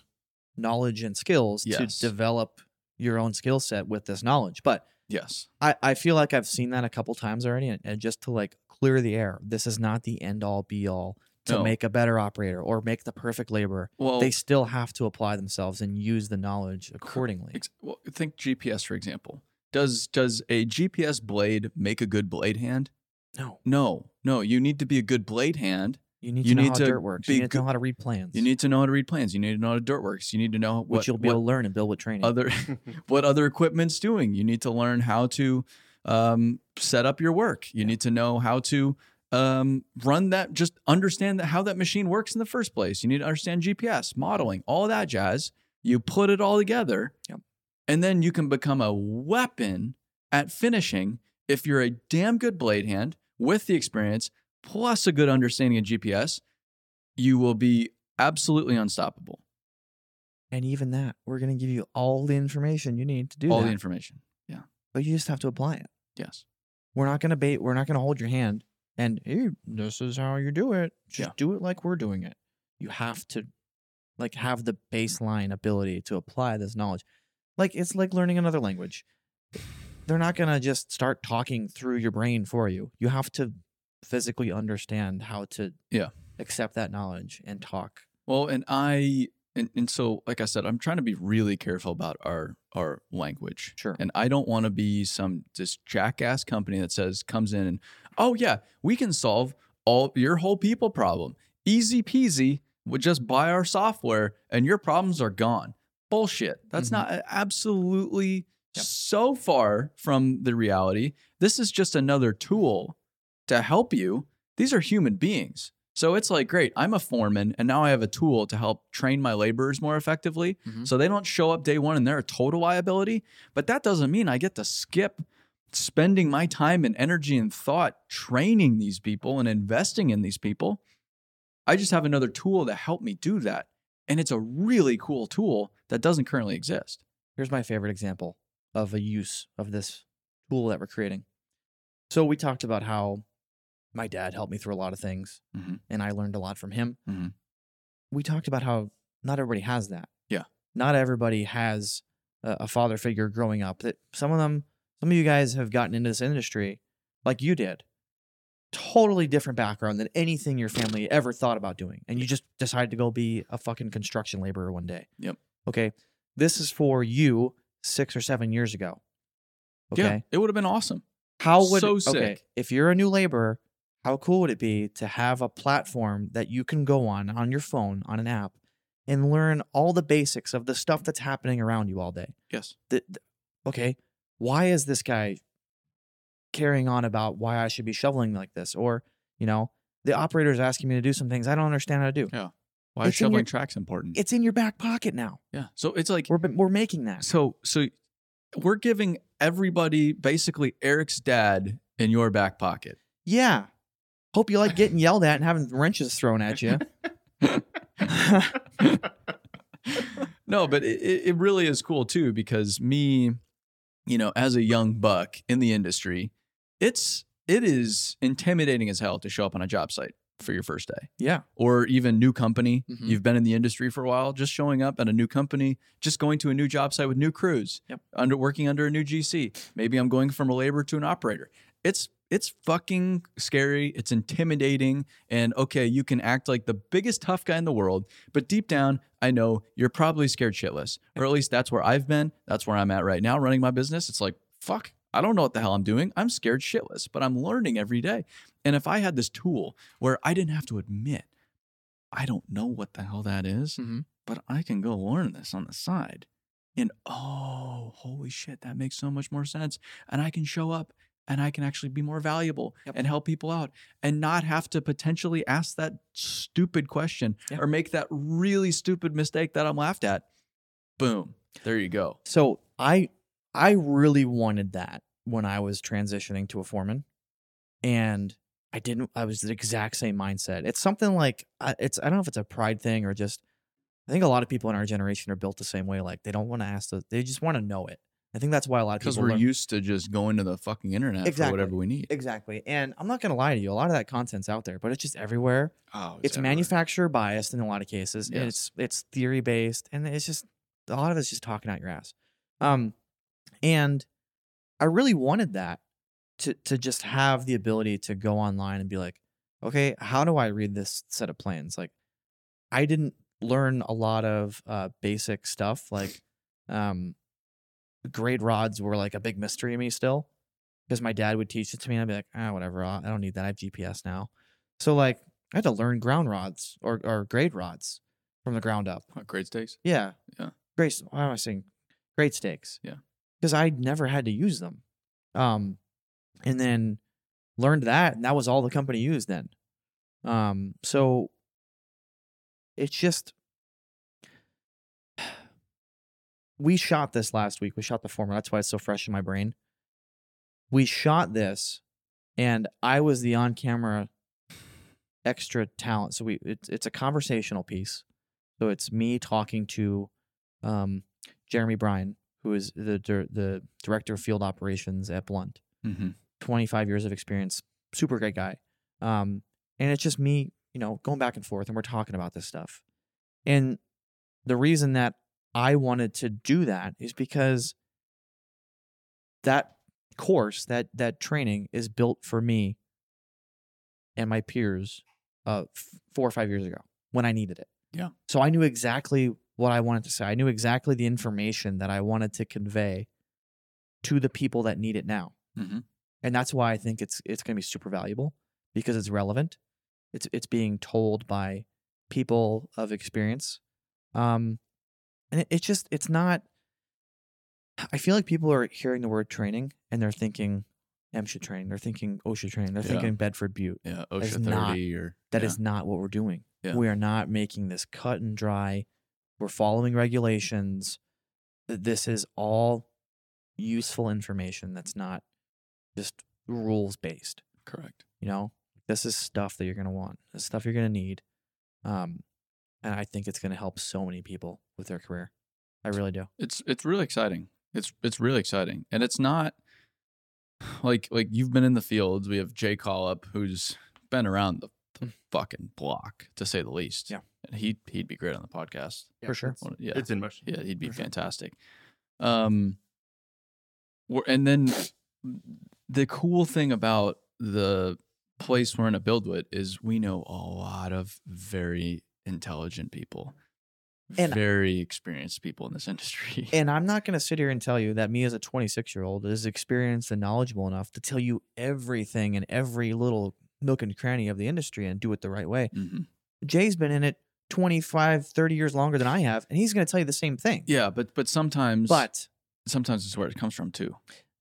[SPEAKER 1] knowledge and skills
[SPEAKER 2] Yes.
[SPEAKER 1] to develop your own skill set with this knowledge. But
[SPEAKER 2] Yes.
[SPEAKER 1] I, I feel like I've seen that a couple times already, and, and just to like clear the air, this is not the end all be all to
[SPEAKER 2] No. Oh.
[SPEAKER 1] make a better operator or make the perfect laborer.
[SPEAKER 2] Well,
[SPEAKER 1] They still have to apply themselves and use the knowledge accordingly.
[SPEAKER 2] ex- well, think GPS for example. Does does a GPS blade make a good blade hand?
[SPEAKER 1] No,
[SPEAKER 2] No. No, you need to be a good blade hand
[SPEAKER 1] you need
[SPEAKER 2] You
[SPEAKER 1] to know
[SPEAKER 2] need
[SPEAKER 1] how
[SPEAKER 2] to
[SPEAKER 1] dirt works.
[SPEAKER 2] be
[SPEAKER 1] You need to know
[SPEAKER 2] good-
[SPEAKER 1] how to read plans.
[SPEAKER 2] You need to know how to read plans. You need to know how to dirt works. You need to know what
[SPEAKER 1] which you'll be
[SPEAKER 2] what
[SPEAKER 1] able to learn and build with training.
[SPEAKER 2] other what other equipment's doing. You need to learn how to um, set up your work. You need to know how to um, run that. Just understand that how that machine works in the first place. You need to understand GPS modeling, all that jazz. You put it all together,
[SPEAKER 1] Yep.
[SPEAKER 2] and then you can become a weapon at finishing if you're a damn good blade hand with the experience plus a good understanding of GPS. You will be absolutely unstoppable.
[SPEAKER 1] and even that, we're gonna give you all the information you need to do
[SPEAKER 2] all
[SPEAKER 1] that.
[SPEAKER 2] the information.
[SPEAKER 1] but you just have to apply it.
[SPEAKER 2] Yes.
[SPEAKER 1] we're not gonna bait we're not gonna hold your hand and hey, this is how you do it just
[SPEAKER 2] Yeah.
[SPEAKER 1] do it like we're doing it you have to like have the baseline ability to apply this knowledge like it's like learning another language they're not gonna just start talking through your brain for you you have to physically understand how to
[SPEAKER 2] Yeah.
[SPEAKER 1] accept that knowledge and talk
[SPEAKER 2] Well, and I and, and so like I said, I'm trying to be really careful about our our language.
[SPEAKER 1] Sure.
[SPEAKER 2] And I don't want to be some this jackass company that says comes in and oh yeah, we can solve all your whole people problem. Easy peasy, we just buy our software and your problems are gone. Bullshit. That's
[SPEAKER 1] Mhm.
[SPEAKER 2] not uh, absolutely
[SPEAKER 1] Yep.
[SPEAKER 2] so far from the reality. This is just another tool to help you. These are human beings. So it's like, great, I'm a foreman and now I have a tool to help train my laborers more effectively
[SPEAKER 1] Mhm.
[SPEAKER 2] so they don't show up day one and they're a total liability. But that doesn't mean I get to skip spending my time and energy and thought training these people and investing in these people. I just have another tool to help me do that. And it's a really cool tool that doesn't currently exist.
[SPEAKER 1] here's my favorite example of a use of this tool that we're creating. So we talked about how my dad helped me through a lot of things,
[SPEAKER 2] Mhm.
[SPEAKER 1] and I learned a lot from him.
[SPEAKER 2] Mhm.
[SPEAKER 1] We talked about how not everybody has that.
[SPEAKER 2] Yeah.
[SPEAKER 1] not everybody has a, a father figure growing up. That some of them, some of you guys have gotten into this industry like you did. Totally different background than anything your family ever thought about doing. And you just decided to go be a fucking construction laborer one day.
[SPEAKER 2] Yep.
[SPEAKER 1] Okay. This is for you six or seven years ago. Okay.
[SPEAKER 2] Yeah, it would have been awesome.
[SPEAKER 1] How would
[SPEAKER 2] So
[SPEAKER 1] okay,
[SPEAKER 2] sick.
[SPEAKER 1] if you're a new laborer, how cool would it be to have a platform that you can go on on your phone on an app and learn all the basics of the stuff that's happening around you all day?
[SPEAKER 2] Yes.
[SPEAKER 1] Th- th- okay, why is this guy carrying on about why I should be shoveling like this? Or, you know, the operator is asking me to do some things I don't understand how to do.
[SPEAKER 2] Yeah. Why is
[SPEAKER 1] It's in your-
[SPEAKER 2] shoveling tracks important?
[SPEAKER 1] It's in your back pocket now.
[SPEAKER 2] yeah. So it's like
[SPEAKER 1] We're, we're making that.
[SPEAKER 2] So so we're giving everybody basically Eric's dad in your back pocket.
[SPEAKER 1] Yeah. Hope you like getting yelled at and having wrenches thrown at you.
[SPEAKER 2] No, but it, it it really is cool too because me, you know, as a young buck in the industry, it's it is intimidating as hell to show up on a job site for your first day
[SPEAKER 1] Yeah.
[SPEAKER 2] or even new company.
[SPEAKER 1] Mhm.
[SPEAKER 2] You've been in the industry for a while, just showing up at a new company, just going to a new job site with new crews,
[SPEAKER 1] Yep.
[SPEAKER 2] under working under a new GC. Maybe I'm going from a laborer to an operator. It's it's fucking scary. It's intimidating. And okay, you can act like the biggest tough guy in the world, but deep down, I know you're probably scared shitless. Or at least that's where I've been. That's where I'm at right now running my business. It's like, fuck, I don't know what the hell I'm doing. I'm scared shitless, but I'm learning every day. And if I had this tool where I didn't have to admit, I don't know what the hell that is,
[SPEAKER 1] Mhm.
[SPEAKER 2] but I can go learn this on the side. And oh, holy shit, that makes so much more sense. And I can show up and I can actually be more valuable
[SPEAKER 1] Yep.
[SPEAKER 2] and help people out and not have to potentially ask that stupid question
[SPEAKER 1] Yeah.
[SPEAKER 2] or make that really stupid mistake that I'm laughed at. Boom. There you go.
[SPEAKER 1] So I I really wanted that when I was transitioning to a foreman, and I didn't. I was the exact same mindset. It's something like I- it's. I don't know if it's a pride thing or just. I think a lot of people in our generation are built the same way. Like they don't want to ask. The, they just want to know it. I think that's why a lot of people
[SPEAKER 2] Because we're
[SPEAKER 1] learn-
[SPEAKER 2] used to just going to the fucking internet for
[SPEAKER 1] Exactly.
[SPEAKER 2] whatever we need.
[SPEAKER 1] exactly. And I'm not gonna lie to you. A lot of that content's out there, but it's just everywhere.
[SPEAKER 2] Oh,
[SPEAKER 1] it's
[SPEAKER 2] everywhere.
[SPEAKER 1] manufacturer biased in a lot of cases.
[SPEAKER 2] Yes.
[SPEAKER 1] And it's it's theory based, and it's just a lot of it's just talking out your ass. Um, and I really wanted that to to just have the ability to go online and be like, okay, how do I read this set of plans? Like, I didn't learn a lot of uh, basic stuff. Like, um, grade rods were like a big mystery to me still, because my dad would teach it to me, and I'd be like, ah, whatever, I I don't need that. I have GPS now, so like I had to learn ground rods or or grade rods from the ground up.
[SPEAKER 2] Oh, Great stakes.
[SPEAKER 1] Yeah.
[SPEAKER 2] Yeah.
[SPEAKER 1] Great. Why am I saying great stakes?
[SPEAKER 2] Yeah.
[SPEAKER 1] Because I never had to use them. Um, and then learned that, and that was all the company used then. Um, so it's just we shot this last week. We shot the former. That's why it's so fresh in my brain. We shot this, and I was the on camera extra talent. So we it's it's a conversational piece. So it's me talking to um, Jeremy Bryan, who is the dir- the director of field operations at Blunt.
[SPEAKER 2] Mm-hmm.
[SPEAKER 1] 25 years of experience, super great guy. Um, and it's just me, you know, going back and forth and we're talking about this stuff. And the reason that I wanted to do that is because that course, that that training is built for me and my peers uh f- 4 or 5 years ago when I needed it.
[SPEAKER 2] Yeah.
[SPEAKER 1] So I knew exactly what I wanted to say. I knew exactly the information that I wanted to convey to the people that need it now
[SPEAKER 2] Mm-hmm.
[SPEAKER 1] and that's why I think it's it's going to be super valuable because it's relevant. It's it's being told by people of experience, um, and it, it's just it's not. I feel like people are hearing the word training and they're thinking MSHA training, they're thinking OSHA training, they're
[SPEAKER 2] Yeah.
[SPEAKER 1] thinking Bedford Butte.
[SPEAKER 2] Yeah,
[SPEAKER 1] is
[SPEAKER 2] OSHA 30
[SPEAKER 1] not-
[SPEAKER 2] or
[SPEAKER 1] That
[SPEAKER 2] yeah.
[SPEAKER 1] is not what we're doing.
[SPEAKER 2] Yeah.
[SPEAKER 1] We are not making this cut and dry. We're following regulations. Th- This is all useful information that's not just rules based
[SPEAKER 2] correct.
[SPEAKER 1] you know this is stuff that you're going to want this is stuff you're going to need um and i think it's going to help so many people with their career i really do
[SPEAKER 2] It's it's really exciting. It's it's really exciting, and it's not like like you've been in the fields. We have Jay Collup, who's been around the, the fucking block to say the least.
[SPEAKER 1] Hmm. Yeah.
[SPEAKER 2] and he he'd be great on the podcast.
[SPEAKER 1] For sure.
[SPEAKER 2] One- Yeah,
[SPEAKER 3] It's in motion.
[SPEAKER 2] Yeah, he'd be
[SPEAKER 1] For sure.
[SPEAKER 2] fantastic. Um, we're, and then the cool thing about the place we're in a build with is we know a lot of very intelligent people,
[SPEAKER 1] And-
[SPEAKER 2] very experienced people in this industry.
[SPEAKER 1] and i'm not going to sit here and tell you that me as a 26 year old is experienced and knowledgeable enough to tell you everything and every little nook and cranny of the industry and do it the right way
[SPEAKER 2] Mhm.
[SPEAKER 1] jay's been in it 25 30 years longer than i have and he's going to tell you the same thing
[SPEAKER 2] Yeah, but but sometimes,
[SPEAKER 1] but
[SPEAKER 2] sometimes it's where it comes from too.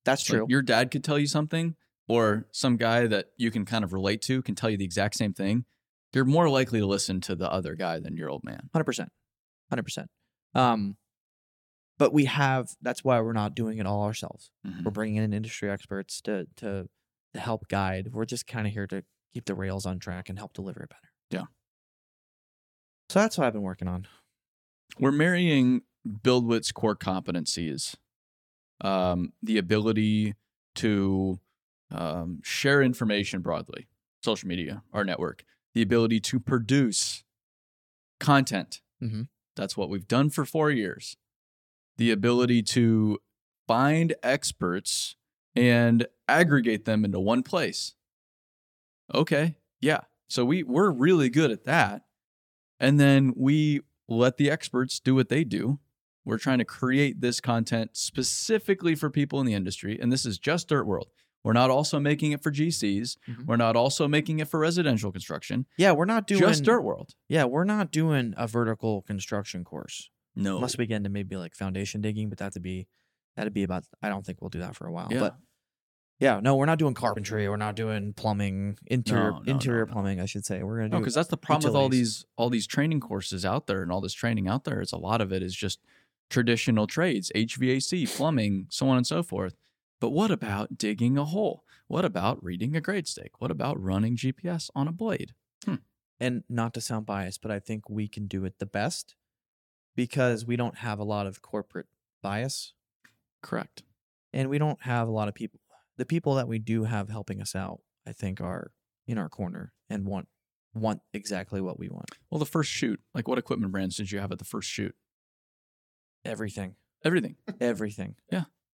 [SPEAKER 1] that's
[SPEAKER 2] Like,
[SPEAKER 1] true
[SPEAKER 2] your dad could tell you something, or some guy that you can kind of relate to can tell you the exact same thing. You're more likely to listen to the other guy than your old man.
[SPEAKER 1] hundred percent, hundred percent. Um, but we have that's why we're not doing it all ourselves.
[SPEAKER 2] Mhm.
[SPEAKER 1] We're bringing in industry experts to to to help guide. We're just kind of here to keep the rails on track and help deliver it better.
[SPEAKER 2] Yeah.
[SPEAKER 1] So that's what I've been working on.
[SPEAKER 2] We're marrying BuildWit's core competency is um, the ability to um, share information broadly, social media, our network, the ability to produce content.
[SPEAKER 1] Mhm.
[SPEAKER 2] That's what we've done for four years. The ability to find experts and aggregate them into one place. Okay, yeah. So we we're really good at that. And then we let the experts do what they do. We're trying to create this content specifically for people in the industry. And this is just Dirt World. We're not also making it for GCs.
[SPEAKER 1] Mhm.
[SPEAKER 2] We're not also making it for residential construction.
[SPEAKER 1] Yeah, we're not doing
[SPEAKER 2] just Dirt World.
[SPEAKER 1] Yeah, we're not doing a vertical construction course.
[SPEAKER 2] No.
[SPEAKER 1] Must be getting to maybe like foundation digging, but that'd be that'd be about I don't think we'll do that for a while.
[SPEAKER 2] Yeah.
[SPEAKER 1] But yeah, no, we're not doing carpentry, we're not doing plumbing, interior
[SPEAKER 2] No, no, no,
[SPEAKER 1] interior
[SPEAKER 2] no.
[SPEAKER 1] plumbing, I should say. We're gonna
[SPEAKER 2] No,
[SPEAKER 1] do
[SPEAKER 2] because that's the problem with all
[SPEAKER 1] utilities.
[SPEAKER 2] these all these training courses out there and all this training out there is a lot of it is just traditional trades, HVAC, plumbing, so on and so forth. But what about digging a hole? What about reading a grade stake? What about running GPS on a blade?
[SPEAKER 1] and not to sound biased, but I think we can do it the best because we don't have a lot of corporate bias
[SPEAKER 2] Correct.
[SPEAKER 1] and we don't have a lot of people. The people that we do have helping us out, I think, are in our corner and want want exactly what we want.
[SPEAKER 2] Well, the first shoot, like what equipment brands did you have at the first shoot?
[SPEAKER 1] Everything,
[SPEAKER 2] Everything.
[SPEAKER 1] everything.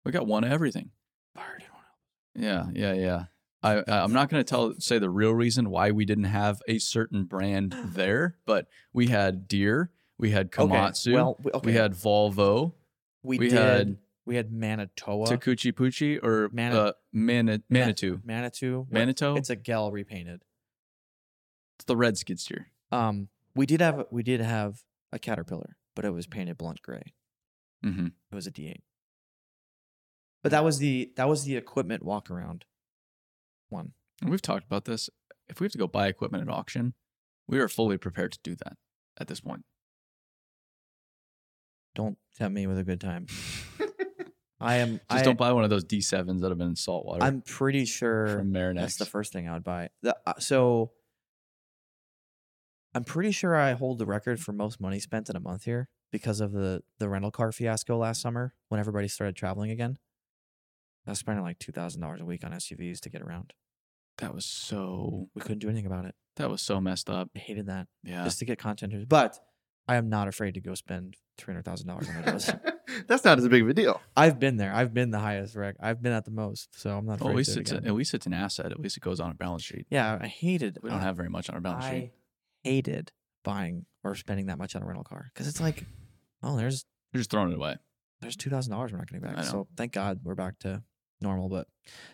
[SPEAKER 2] We got one of everything.
[SPEAKER 1] Fire didn't wanna-
[SPEAKER 2] Yeah, yeah, yeah. I I- I'm not going to tell say the real reason why we didn't have a certain brand there, but we had Deer, we had Komatsu,
[SPEAKER 1] Okay. Well, we, okay.
[SPEAKER 2] we had Volvo,
[SPEAKER 1] we,
[SPEAKER 2] we
[SPEAKER 1] did,
[SPEAKER 2] had-
[SPEAKER 1] we had Manitoba,
[SPEAKER 2] Takuchi Puchi or
[SPEAKER 1] Mani-
[SPEAKER 2] uh, Mani- Manitou.
[SPEAKER 1] Manitou, what-
[SPEAKER 2] Manitou. It's,
[SPEAKER 1] It's a gal repainted.
[SPEAKER 2] the red skid steer.
[SPEAKER 1] Um, we did have we did have a caterpillar, but it was painted blunt gray.
[SPEAKER 2] Mm-hmm.
[SPEAKER 1] It was a D8. But that was the that was the equipment walk around one.
[SPEAKER 2] We've talked about this. If we have to go buy equipment at auction, we are fully prepared to do that at this point.
[SPEAKER 1] Don't tempt me with a good time. I am I,
[SPEAKER 2] Just don't buy one of those D7s that have been in salt water
[SPEAKER 1] I'm pretty sure
[SPEAKER 2] from Marinex.
[SPEAKER 1] That's the first thing I would buy. The- uh, so I'm pretty sure I hold the record for most money spent in a month here because of the the rental car fiasco last summer when everybody started traveling again. I was spending like two thousand dollars a week on SUVs to get around.
[SPEAKER 2] that was so
[SPEAKER 1] We couldn't do anything about it.
[SPEAKER 2] that was so messed up.
[SPEAKER 1] I hated that
[SPEAKER 2] Yeah.
[SPEAKER 1] just to get content. But I am not afraid to go spend three hundred thousand dollars on those.
[SPEAKER 3] That's not as big of a deal.
[SPEAKER 1] I've been there. I've been the highest wreck. I've been at the most. So I'm not afraid
[SPEAKER 2] Well, at
[SPEAKER 1] to
[SPEAKER 2] least
[SPEAKER 1] do it
[SPEAKER 2] it's
[SPEAKER 1] again.
[SPEAKER 2] at least it's an asset. At least it goes on a balance sheet.
[SPEAKER 1] Yeah, I hated.
[SPEAKER 2] We don't
[SPEAKER 1] I-
[SPEAKER 2] have very much on our balance sheet.
[SPEAKER 1] I hated buying or spending that much on a rental car because it's like, oh, there's
[SPEAKER 2] You're just throwing it away.
[SPEAKER 1] there's two thousand dollars we're not getting
[SPEAKER 2] I
[SPEAKER 1] back.
[SPEAKER 2] know.
[SPEAKER 1] So thank God we're back to normal. But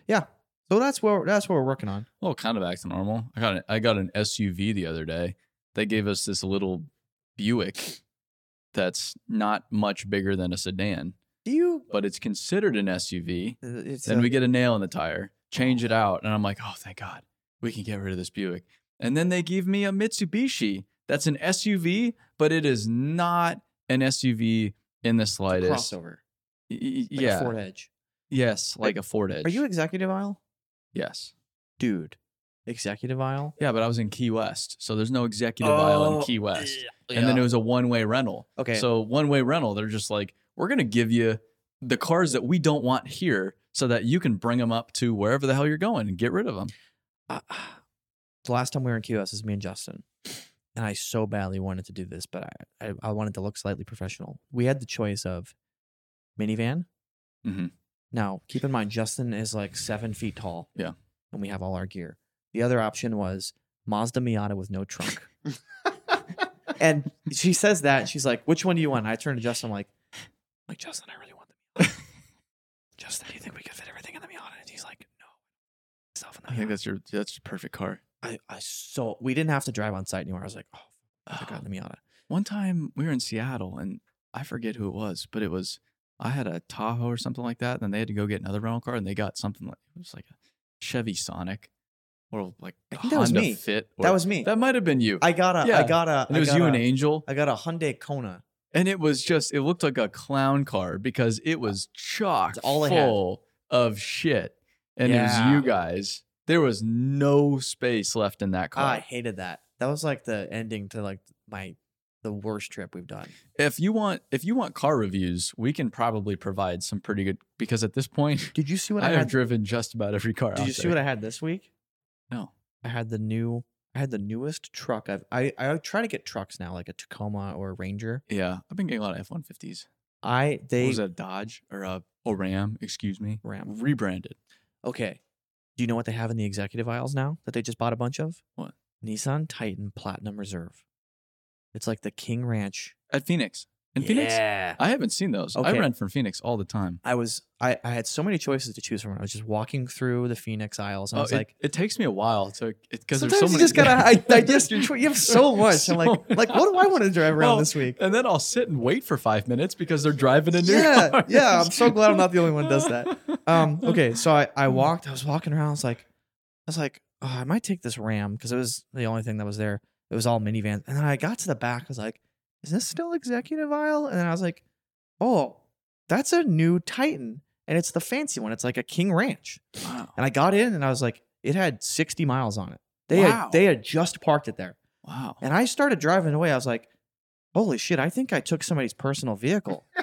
[SPEAKER 1] yeah, so that's where that's what we're working on.
[SPEAKER 2] Well, kind of back to normal. I got an, I got an SUV the other day. They gave us this little Buick that's not much bigger than a sedan,
[SPEAKER 1] Do you?
[SPEAKER 2] but it's considered an SUV.
[SPEAKER 1] uh, It's
[SPEAKER 2] Then
[SPEAKER 1] a-
[SPEAKER 2] we get a nail in the tire, change it out, and I'm like, oh, thank God, we can get rid of this Buick. And then they give me a Mitsubishi that's an SUV, but it is not an SUV in the
[SPEAKER 1] a
[SPEAKER 2] slightest.
[SPEAKER 1] crossover,
[SPEAKER 2] Y- y-
[SPEAKER 1] like
[SPEAKER 2] yeah.
[SPEAKER 1] a Ford Edge.
[SPEAKER 2] Yes, like a Ford Edge.
[SPEAKER 1] Are you executive aisle,
[SPEAKER 2] Yes.
[SPEAKER 1] dude? Executive aisle.
[SPEAKER 2] Yeah, but I was in Key West, so there's no executive aisle in
[SPEAKER 1] Oh,
[SPEAKER 2] Key West.
[SPEAKER 1] yeah.
[SPEAKER 2] And then it was a one-way rental.
[SPEAKER 1] Okay.
[SPEAKER 2] So one-way rental, they're just like, we're gonna give you the cars that we don't want here, so that you can bring them up to wherever the hell you're going and get rid of them.
[SPEAKER 1] I- Uh, the last time we were in QS is me and Justin. And I so badly wanted to do this, but I, I, I wanted to look slightly professional. We had the choice of minivan.
[SPEAKER 2] Mhm.
[SPEAKER 1] Now, keep in mind, Justin is like seven feet tall.
[SPEAKER 2] Yeah.
[SPEAKER 1] And we have all our gear. The other option was Mazda Miata with no trunk. and she says that. and she's like, which one do you want? And I turn to Justin. I'm like, I'm like, Justin, I really want the Miata. Justin, do you think we could fit everything in the Miata? And he's like, no. Stuff in the
[SPEAKER 2] I think
[SPEAKER 1] Miata."
[SPEAKER 2] that's your that's your perfect car.
[SPEAKER 1] I, I so we didn't have to drive on site anymore. I was like, oh, I got the Miata.
[SPEAKER 2] One time we were in Seattle, and I forget who it was, but it was I had a Tahoe or something like that. And then they had to go get another rental car, and they got something like it was like a Chevy Sonic or like a
[SPEAKER 1] I think that was
[SPEAKER 2] Honda
[SPEAKER 1] me.
[SPEAKER 2] Fit. Or,
[SPEAKER 1] That was me.
[SPEAKER 2] that might have been you.
[SPEAKER 1] I got a, I
[SPEAKER 2] Yeah.
[SPEAKER 1] got a,
[SPEAKER 2] and
[SPEAKER 1] I
[SPEAKER 2] it was
[SPEAKER 1] got
[SPEAKER 2] you
[SPEAKER 1] a,
[SPEAKER 2] and Angel.
[SPEAKER 1] I got a Hyundai Kona.
[SPEAKER 2] and it was just it looked like a clown car because it was chock
[SPEAKER 1] It's Uh, all I had.
[SPEAKER 2] full of shit and
[SPEAKER 1] Yeah.
[SPEAKER 2] it was you guys there was no space left in that car
[SPEAKER 1] I hated that. That was like the ending to like my the worst trip we've done.
[SPEAKER 2] If you want, if you want car reviews, we can probably provide some pretty good because at this point,
[SPEAKER 1] Did you see what
[SPEAKER 2] I
[SPEAKER 1] I,
[SPEAKER 2] have
[SPEAKER 1] had?
[SPEAKER 2] driven just about every car.
[SPEAKER 1] Did you see what I had this week?
[SPEAKER 2] No.
[SPEAKER 1] I had the new. I had the newest truck. I've, I I try to get trucks now, like a Tacoma or a Ranger.
[SPEAKER 2] Yeah, I've been getting a lot of F one fifties.
[SPEAKER 1] I they
[SPEAKER 2] Was that a Dodge or a oh, Ram? Excuse me,
[SPEAKER 1] Ram.
[SPEAKER 2] rebranded.
[SPEAKER 1] Okay. Do you know what they have in the executive aisles now that they just bought a bunch of?
[SPEAKER 2] What?
[SPEAKER 1] Nissan Titan Platinum Reserve. It's like the King Ranch.
[SPEAKER 2] at Phoenix. In Phoenix,
[SPEAKER 1] Yeah.
[SPEAKER 2] I haven't seen those. I
[SPEAKER 1] Okay.
[SPEAKER 2] ran from Phoenix all the time.
[SPEAKER 1] I was I, I had so many choices to choose from. I was just walking through the Phoenix aisles and I
[SPEAKER 2] Oh,
[SPEAKER 1] was
[SPEAKER 2] it,
[SPEAKER 1] like,
[SPEAKER 2] it takes me a while to because there's
[SPEAKER 1] sometimes
[SPEAKER 2] so
[SPEAKER 1] you
[SPEAKER 2] many.
[SPEAKER 1] just gotta I, I just you have so much. I'm like,
[SPEAKER 2] So-
[SPEAKER 1] like what do I want to drive around
[SPEAKER 2] Well,
[SPEAKER 1] this week?
[SPEAKER 2] and then I'll sit and wait for five minutes because they're driving a new
[SPEAKER 1] Yeah,
[SPEAKER 2] car.
[SPEAKER 1] yeah, I'm so glad I'm not the only one that does that. Um, okay, so I,
[SPEAKER 2] Mm-hmm.
[SPEAKER 1] I walked, I was walking around, I was like, I was like, oh, I might take this Ram because it was the only thing that was there. It was all minivans. And then I got to the back, I was like, is this still executive aisle? And then I was like, oh, that's a new Titan. And it's the fancy one. It's like a King Ranch.
[SPEAKER 2] Wow.
[SPEAKER 1] And I got in and I was like, it had 60 miles on it. They
[SPEAKER 2] Wow.
[SPEAKER 1] had they had just parked it there.
[SPEAKER 2] Wow.
[SPEAKER 1] And I started driving away. I was like, holy shit, I think I took somebody's personal vehicle.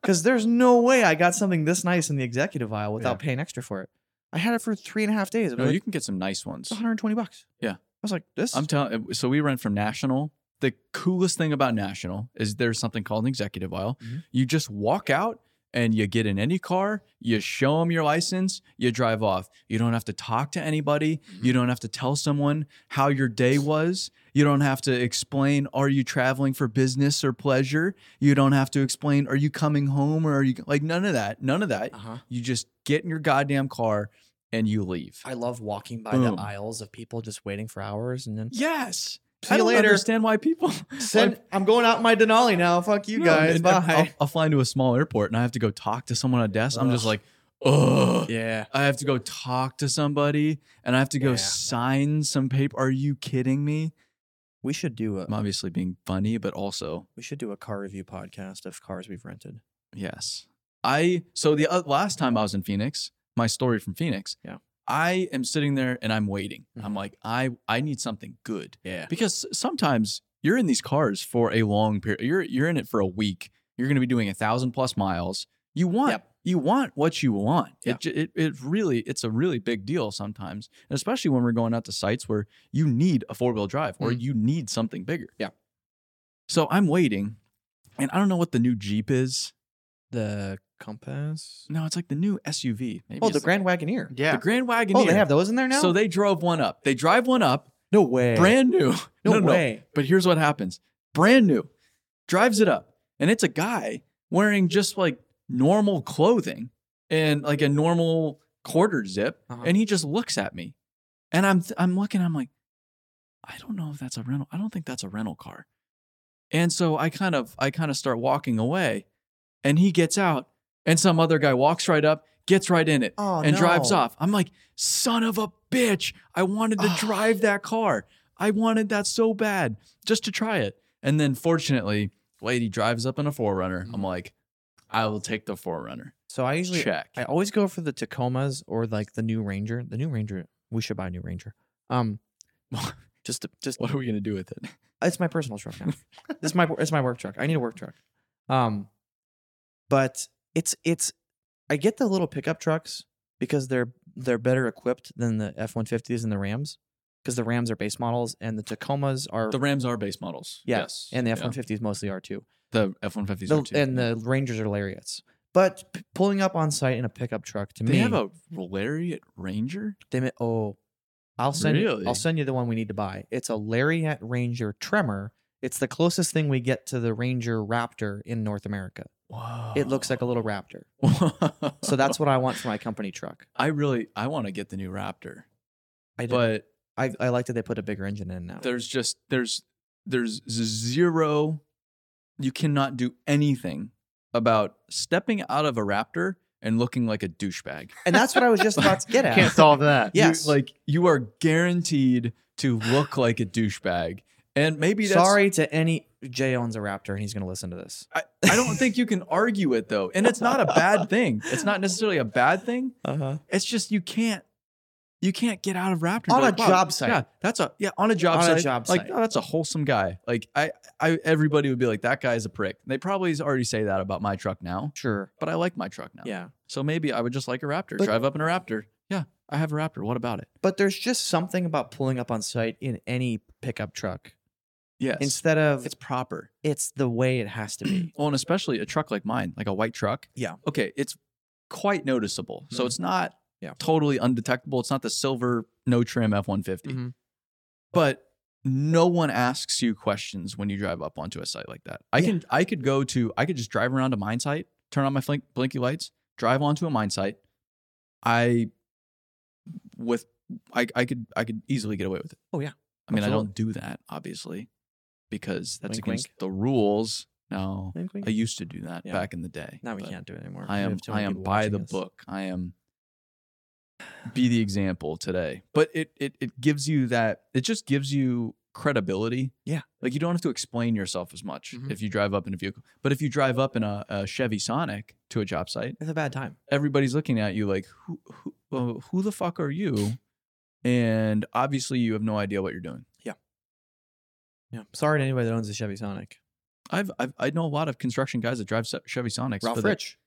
[SPEAKER 1] Because there's no way I got something this nice in the executive aisle without paying extra for it. I had it for three and a half days. It was
[SPEAKER 2] No,
[SPEAKER 1] like,
[SPEAKER 2] you can get some nice ones.
[SPEAKER 1] it's 120 bucks.
[SPEAKER 2] Yeah.
[SPEAKER 1] I was like, this.
[SPEAKER 2] I'm telling. So we ran from National. The coolest thing about National is there's something called an executive aisle.
[SPEAKER 1] Mhm.
[SPEAKER 2] You just walk out and you get in any car. You show them your license. You drive off. You don't have to talk to anybody. You don't have to tell someone how your day was. You don't have to explain are you traveling for business or pleasure. You don't have to explain are you coming home or are you like none of that. None of that.
[SPEAKER 1] uh-huh.
[SPEAKER 2] You just get in your goddamn car and you leave.
[SPEAKER 1] I love walking by
[SPEAKER 2] Boom.
[SPEAKER 1] the aisles of people just waiting for hours and then.
[SPEAKER 2] Yes.
[SPEAKER 1] See
[SPEAKER 2] I
[SPEAKER 1] you
[SPEAKER 2] don't
[SPEAKER 1] later.
[SPEAKER 2] understand why people.
[SPEAKER 1] Send-
[SPEAKER 2] like,
[SPEAKER 1] I'm going out in my Denali now. Fuck you
[SPEAKER 2] no,
[SPEAKER 1] guys.
[SPEAKER 2] and
[SPEAKER 1] Bye.
[SPEAKER 2] I'll, I'll fly into a small airport and I have to go talk to someone at a desk. I'm just
[SPEAKER 1] Ugh.
[SPEAKER 2] like, ugh.
[SPEAKER 1] yeah.
[SPEAKER 2] I have to go talk to somebody and I have to go
[SPEAKER 1] Yeah.
[SPEAKER 2] sign some paper. Are you kidding me?
[SPEAKER 1] We should do a
[SPEAKER 2] I'm obviously being funny, but also
[SPEAKER 1] we should do a car review podcast of cars we've rented.
[SPEAKER 2] Yes. I so the uh, last time I was in Phoenix, my story from Phoenix.
[SPEAKER 1] Yeah.
[SPEAKER 2] I am sitting there and I'm waiting. I'm like, I I need something good
[SPEAKER 1] Yeah.
[SPEAKER 2] because sometimes you're in these cars for a long period. You're you're in it for a week. You're going to be doing a thousand plus miles. You want
[SPEAKER 1] Yep.
[SPEAKER 2] you want what you want.
[SPEAKER 1] Yeah.
[SPEAKER 2] It, ju- it it really it's a really big deal sometimes, and especially when we're going out to sites where you need a four wheel drive or
[SPEAKER 1] Mhm.
[SPEAKER 2] you need something bigger.
[SPEAKER 1] Yeah.
[SPEAKER 2] So I'm waiting, and I don't know what the new Jeep is.
[SPEAKER 1] The Compass.
[SPEAKER 2] No, it's like the new SUV. Maybe
[SPEAKER 1] Oh,
[SPEAKER 2] it's
[SPEAKER 1] the Grand Wagoneer.
[SPEAKER 3] Yeah.
[SPEAKER 2] the Grand Wagoneer.
[SPEAKER 1] Oh, they have those in there now.
[SPEAKER 2] So they drove one up. They drive one up,
[SPEAKER 1] no way.
[SPEAKER 2] brand new.
[SPEAKER 1] no, way.
[SPEAKER 2] But here's what happens: brand new, drives it up, and it's a guy wearing just like normal clothing and like a normal quarter zip,
[SPEAKER 1] Uh-huh.
[SPEAKER 2] and he just looks at me, and I'm th- I'm looking. I'm like, I don't know if that's a rental. I don't think that's a rental car. And so I kind of I kind of start walking away, and he gets out, and some other guy walks right up, gets right in it,
[SPEAKER 1] Oh,
[SPEAKER 2] and drives
[SPEAKER 1] no.
[SPEAKER 2] off. I'm like, son of a bitch! I wanted to
[SPEAKER 1] Ah.
[SPEAKER 2] drive that car. I wanted that so bad just to try it. And then fortunately, lady drives up in a forerunner. I'm
[SPEAKER 1] Mhm.
[SPEAKER 2] like, I will take the forerunner.
[SPEAKER 1] So I usually
[SPEAKER 2] Check.
[SPEAKER 1] I always go for the Tacomas or like the new Ranger. The new Ranger. We should buy a new Ranger. Um, just to, just
[SPEAKER 2] what are we gonna do with it?
[SPEAKER 1] it's my personal truck now. this is my it's my work truck. I need a work truck. Um, but it's it's I get the little pickup trucks because they're they're better equipped than the F one fifties and the Rams because the Rams are base models and the Tacomas are
[SPEAKER 2] The Rams are base models.
[SPEAKER 1] Yeah,
[SPEAKER 2] Yes.
[SPEAKER 1] and the F
[SPEAKER 2] Yeah.
[SPEAKER 1] one fifties mostly are too.
[SPEAKER 2] The F one fifties
[SPEAKER 1] The, and the Rangers are lariats. But p- pulling up on site in a pickup truck to
[SPEAKER 2] they
[SPEAKER 1] me
[SPEAKER 2] have a lariat ranger.
[SPEAKER 1] They ma- oh, I'll send you,
[SPEAKER 2] Really? Mm.
[SPEAKER 1] I'll send you the one we need to buy. It's a Lariat Ranger Tremor. It's the closest thing we get to the Ranger Raptor in North America.
[SPEAKER 2] Wow.
[SPEAKER 1] It looks like a
[SPEAKER 2] Oh.
[SPEAKER 1] little Raptor. So that's what I want for my company truck.
[SPEAKER 2] I really I want to get the new Raptor,
[SPEAKER 1] I did,
[SPEAKER 2] but
[SPEAKER 1] I, I like that they put a bigger engine in now.
[SPEAKER 2] there's just there's there's zero. You cannot do anything about stepping out of a Raptor and looking like a douchebag.
[SPEAKER 1] And that's what I was just about to get at.
[SPEAKER 3] Can't solve that.
[SPEAKER 1] Yeah.
[SPEAKER 2] You-
[SPEAKER 1] Yes.
[SPEAKER 2] like you are guaranteed to look like a douchebag. And maybe that's
[SPEAKER 1] Sorry to any Jay owns a Raptor and he's going to listen to this.
[SPEAKER 2] I, I don't think you can argue it though. And it's not a bad thing. It's not necessarily a bad thing.
[SPEAKER 1] Uh huh.
[SPEAKER 2] It's just you can't You can't get out of Raptor
[SPEAKER 1] On
[SPEAKER 2] Like,
[SPEAKER 1] a
[SPEAKER 2] wow,
[SPEAKER 1] job site.
[SPEAKER 2] Yeah, that's a yeah on a job
[SPEAKER 1] On a
[SPEAKER 2] site.
[SPEAKER 1] job
[SPEAKER 2] like
[SPEAKER 1] site.
[SPEAKER 2] oh, that's a wholesome guy. Like I, I everybody would be like that guy's a prick. They probably already say that about my truck now,
[SPEAKER 1] Sure.
[SPEAKER 2] but I like my truck now.
[SPEAKER 1] Yeah.
[SPEAKER 2] So maybe I would just like a Raptor.
[SPEAKER 1] But-
[SPEAKER 2] Drive up in a Raptor. Yeah, I have a Raptor. What about it?
[SPEAKER 1] But there's just something about pulling up on site in any pickup truck
[SPEAKER 2] Yes,
[SPEAKER 1] instead of
[SPEAKER 2] it's proper.
[SPEAKER 1] it's the way it has to be.
[SPEAKER 2] Well, and especially a truck like mine, like a white truck.
[SPEAKER 1] Mm-hmm. Yeah.
[SPEAKER 2] Okay, it's quite noticeable. So
[SPEAKER 1] Mhm.
[SPEAKER 2] it's not
[SPEAKER 1] Yeah.
[SPEAKER 2] totally undetectable. It's not the silver no trim F one fifty.
[SPEAKER 1] Mhm.
[SPEAKER 2] But no one asks you questions when you drive up onto a site like that. I can I could go to I could just drive around a mine site, turn on my flink, blinky lights, drive onto a mine site. I with I I could I could easily get away with it.
[SPEAKER 1] Oh, yeah.
[SPEAKER 2] I mean, I don't do that obviously because that's
[SPEAKER 1] Wink,
[SPEAKER 2] against
[SPEAKER 1] wink.
[SPEAKER 2] the rules. No. I used to do that
[SPEAKER 1] Yeah.
[SPEAKER 2] back in the day.
[SPEAKER 1] now we
[SPEAKER 2] but
[SPEAKER 1] can't do it anymore.
[SPEAKER 2] I
[SPEAKER 1] We
[SPEAKER 2] am
[SPEAKER 1] have too
[SPEAKER 2] I
[SPEAKER 1] many
[SPEAKER 2] am
[SPEAKER 1] people
[SPEAKER 2] by
[SPEAKER 1] watching
[SPEAKER 2] the
[SPEAKER 1] us.
[SPEAKER 2] book. I am be the example today. But it it it gives you that it just gives you credibility.
[SPEAKER 1] Yeah.
[SPEAKER 2] Like you don't have to explain yourself as much
[SPEAKER 1] Mhm.
[SPEAKER 2] if you drive up in a vehicle. But if you drive up in a, a Chevy Sonic to a job site,
[SPEAKER 1] It's a bad time.
[SPEAKER 2] everybody's looking at you like who who, uh, who the fuck are you? And obviously you have no idea what you're doing.
[SPEAKER 1] Yeah. Sorry to anybody that owns a Chevy Sonic.
[SPEAKER 2] I've, I've I know a lot of construction guys that drive Se- Chevy Sonics for
[SPEAKER 1] Ralph
[SPEAKER 2] the-
[SPEAKER 1] Rich.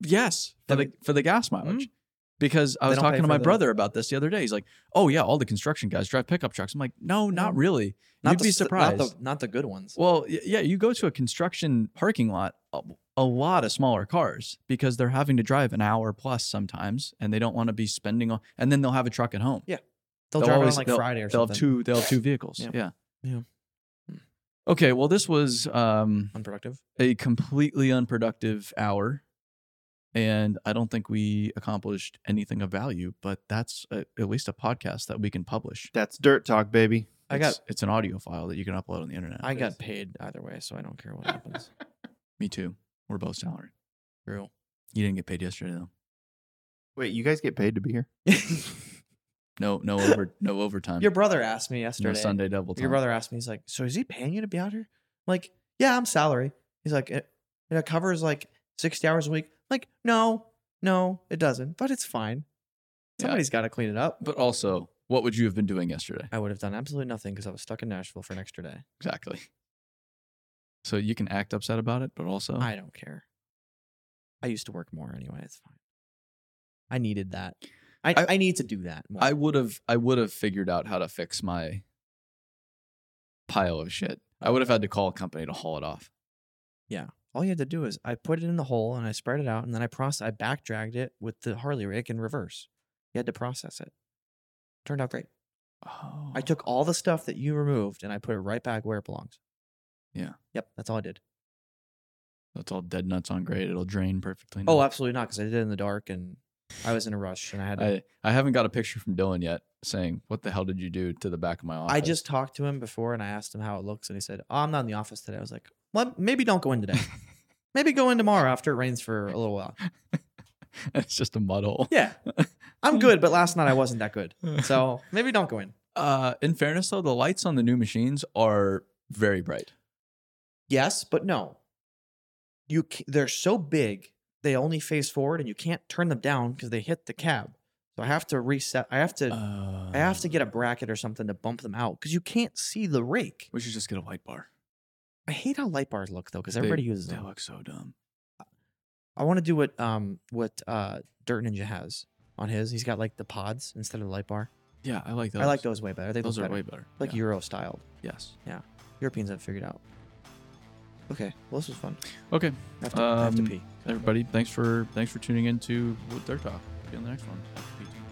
[SPEAKER 2] Yes, for
[SPEAKER 1] They-
[SPEAKER 2] the for the gas mileage. Because I
[SPEAKER 1] Mm. They
[SPEAKER 2] was
[SPEAKER 1] don't pay
[SPEAKER 2] talking to
[SPEAKER 1] for
[SPEAKER 2] my
[SPEAKER 1] the-
[SPEAKER 2] brother about this the other day. He's like, "Oh yeah, all the construction guys drive pickup trucks." I'm like, "No, not
[SPEAKER 1] No.
[SPEAKER 2] really. You'd
[SPEAKER 1] the
[SPEAKER 2] be
[SPEAKER 1] s-
[SPEAKER 2] surprised."
[SPEAKER 1] Not the, not the good ones.
[SPEAKER 2] Well, y- yeah, you go to a construction parking lot, a, a lot of smaller cars because they're having to drive an hour plus sometimes, and they don't want to be spending. On, and then they'll have a truck at home.
[SPEAKER 1] Yeah, they'll,
[SPEAKER 2] they'll
[SPEAKER 1] drive
[SPEAKER 2] always-
[SPEAKER 1] on like
[SPEAKER 2] they'll-
[SPEAKER 1] Friday or
[SPEAKER 2] they'll
[SPEAKER 1] something.
[SPEAKER 2] have two. They'll have two vehicles.
[SPEAKER 1] Yeah.
[SPEAKER 2] Yeah.
[SPEAKER 1] Yeah.
[SPEAKER 2] Okay. Well, this was um,
[SPEAKER 1] unproductive.
[SPEAKER 2] a completely unproductive hour and i don't think we accomplished anything of value but that's a, at least a podcast that we can publish
[SPEAKER 3] That's dirt talk, baby.
[SPEAKER 1] I
[SPEAKER 2] It's-
[SPEAKER 1] got-
[SPEAKER 2] it's an audio file that you can upload on the internet
[SPEAKER 1] I got paid either way, so I don't care what happens.
[SPEAKER 2] me too we're both salary
[SPEAKER 1] True.
[SPEAKER 2] you didn't get paid yesterday though
[SPEAKER 3] Wait, you guys get paid to be here?
[SPEAKER 2] no no over no overtime
[SPEAKER 1] Your brother asked me yesterday.
[SPEAKER 2] no sunday double time
[SPEAKER 1] Your brother asked me, he's like, "So is he paying you to be out here?" I'm like, "Yeah, I'm salary." He's like, "It, it covers like sixty hours a week." I'm like, no, no, it doesn't, but it's fine.
[SPEAKER 2] Yeah.
[SPEAKER 1] Somebody's got to clean it up.
[SPEAKER 2] but also what would you have been doing yesterday
[SPEAKER 1] I would have done absolutely nothing because I was stuck in Nashville for an extra day.
[SPEAKER 2] exactly so you can act upset about it but also
[SPEAKER 1] I don't care. I used to work more anyway. It's fine. I needed that. I, I,
[SPEAKER 2] I-
[SPEAKER 1] need to do that. More.
[SPEAKER 2] I would have I would have figured out how to fix my pile of shit. I would have had to call a company to haul it off.
[SPEAKER 1] All you had to do is I put it in the hole and I spread it out and then I process. I back dragged it with the Harley rake in reverse. You had to process it. Turned out great.
[SPEAKER 2] Oh.
[SPEAKER 1] I took all the stuff that you removed and I put it right back where it belongs.
[SPEAKER 2] Yeah.
[SPEAKER 1] Yep. That's all I did.
[SPEAKER 2] that's all dead nuts on grade. It'll drain perfectly.
[SPEAKER 1] Oh,
[SPEAKER 2] now.
[SPEAKER 1] absolutely not, because I did it in the dark and I was in a rush and I had to. I,
[SPEAKER 2] I I haven't got a picture from Dylan yet saying what the hell did you do to the back of my office.
[SPEAKER 1] just talked to him before and I asked him how it looks and he said, "Oh, I'm not in the office today." I was like, "Well, maybe don't go in today. maybe go in tomorrow after it rains for a little while."
[SPEAKER 2] it's just a mud hole.
[SPEAKER 1] Yeah, I'm good, but last night I wasn't that good, so maybe don't go in.
[SPEAKER 2] Uh, in fairness though, the lights on the new machines are very bright.
[SPEAKER 1] Yes, but no. You c- they're so big they only face forward, and you can't turn them down because they hit the cab. So I have to reset. I have to. I have to
[SPEAKER 2] Uh.
[SPEAKER 1] get a bracket or something to bump them out because you can't see the rake.
[SPEAKER 2] We should just get a white bar.
[SPEAKER 1] I hate how light bars look though because
[SPEAKER 2] They-
[SPEAKER 1] everybody uses
[SPEAKER 2] They
[SPEAKER 1] them.
[SPEAKER 2] look so dumb.
[SPEAKER 1] I want to do what um what uh Dirt Ninja has on his. He's got like the pods instead of the light bar.
[SPEAKER 2] Yeah, I like those.
[SPEAKER 1] I like those way better. They
[SPEAKER 2] Those
[SPEAKER 1] look
[SPEAKER 2] are
[SPEAKER 1] better.
[SPEAKER 2] way better.
[SPEAKER 1] like
[SPEAKER 2] Yeah.
[SPEAKER 1] Euro styled.
[SPEAKER 2] Yes.
[SPEAKER 1] Europeans have figured out. Okay, well this was fun.
[SPEAKER 2] Okay.
[SPEAKER 1] I have to, I have to
[SPEAKER 2] Um,
[SPEAKER 1] pee.
[SPEAKER 2] everybody thanks for thanks for tuning in to Dirt Talk. See you on the next one. Have a good weekend.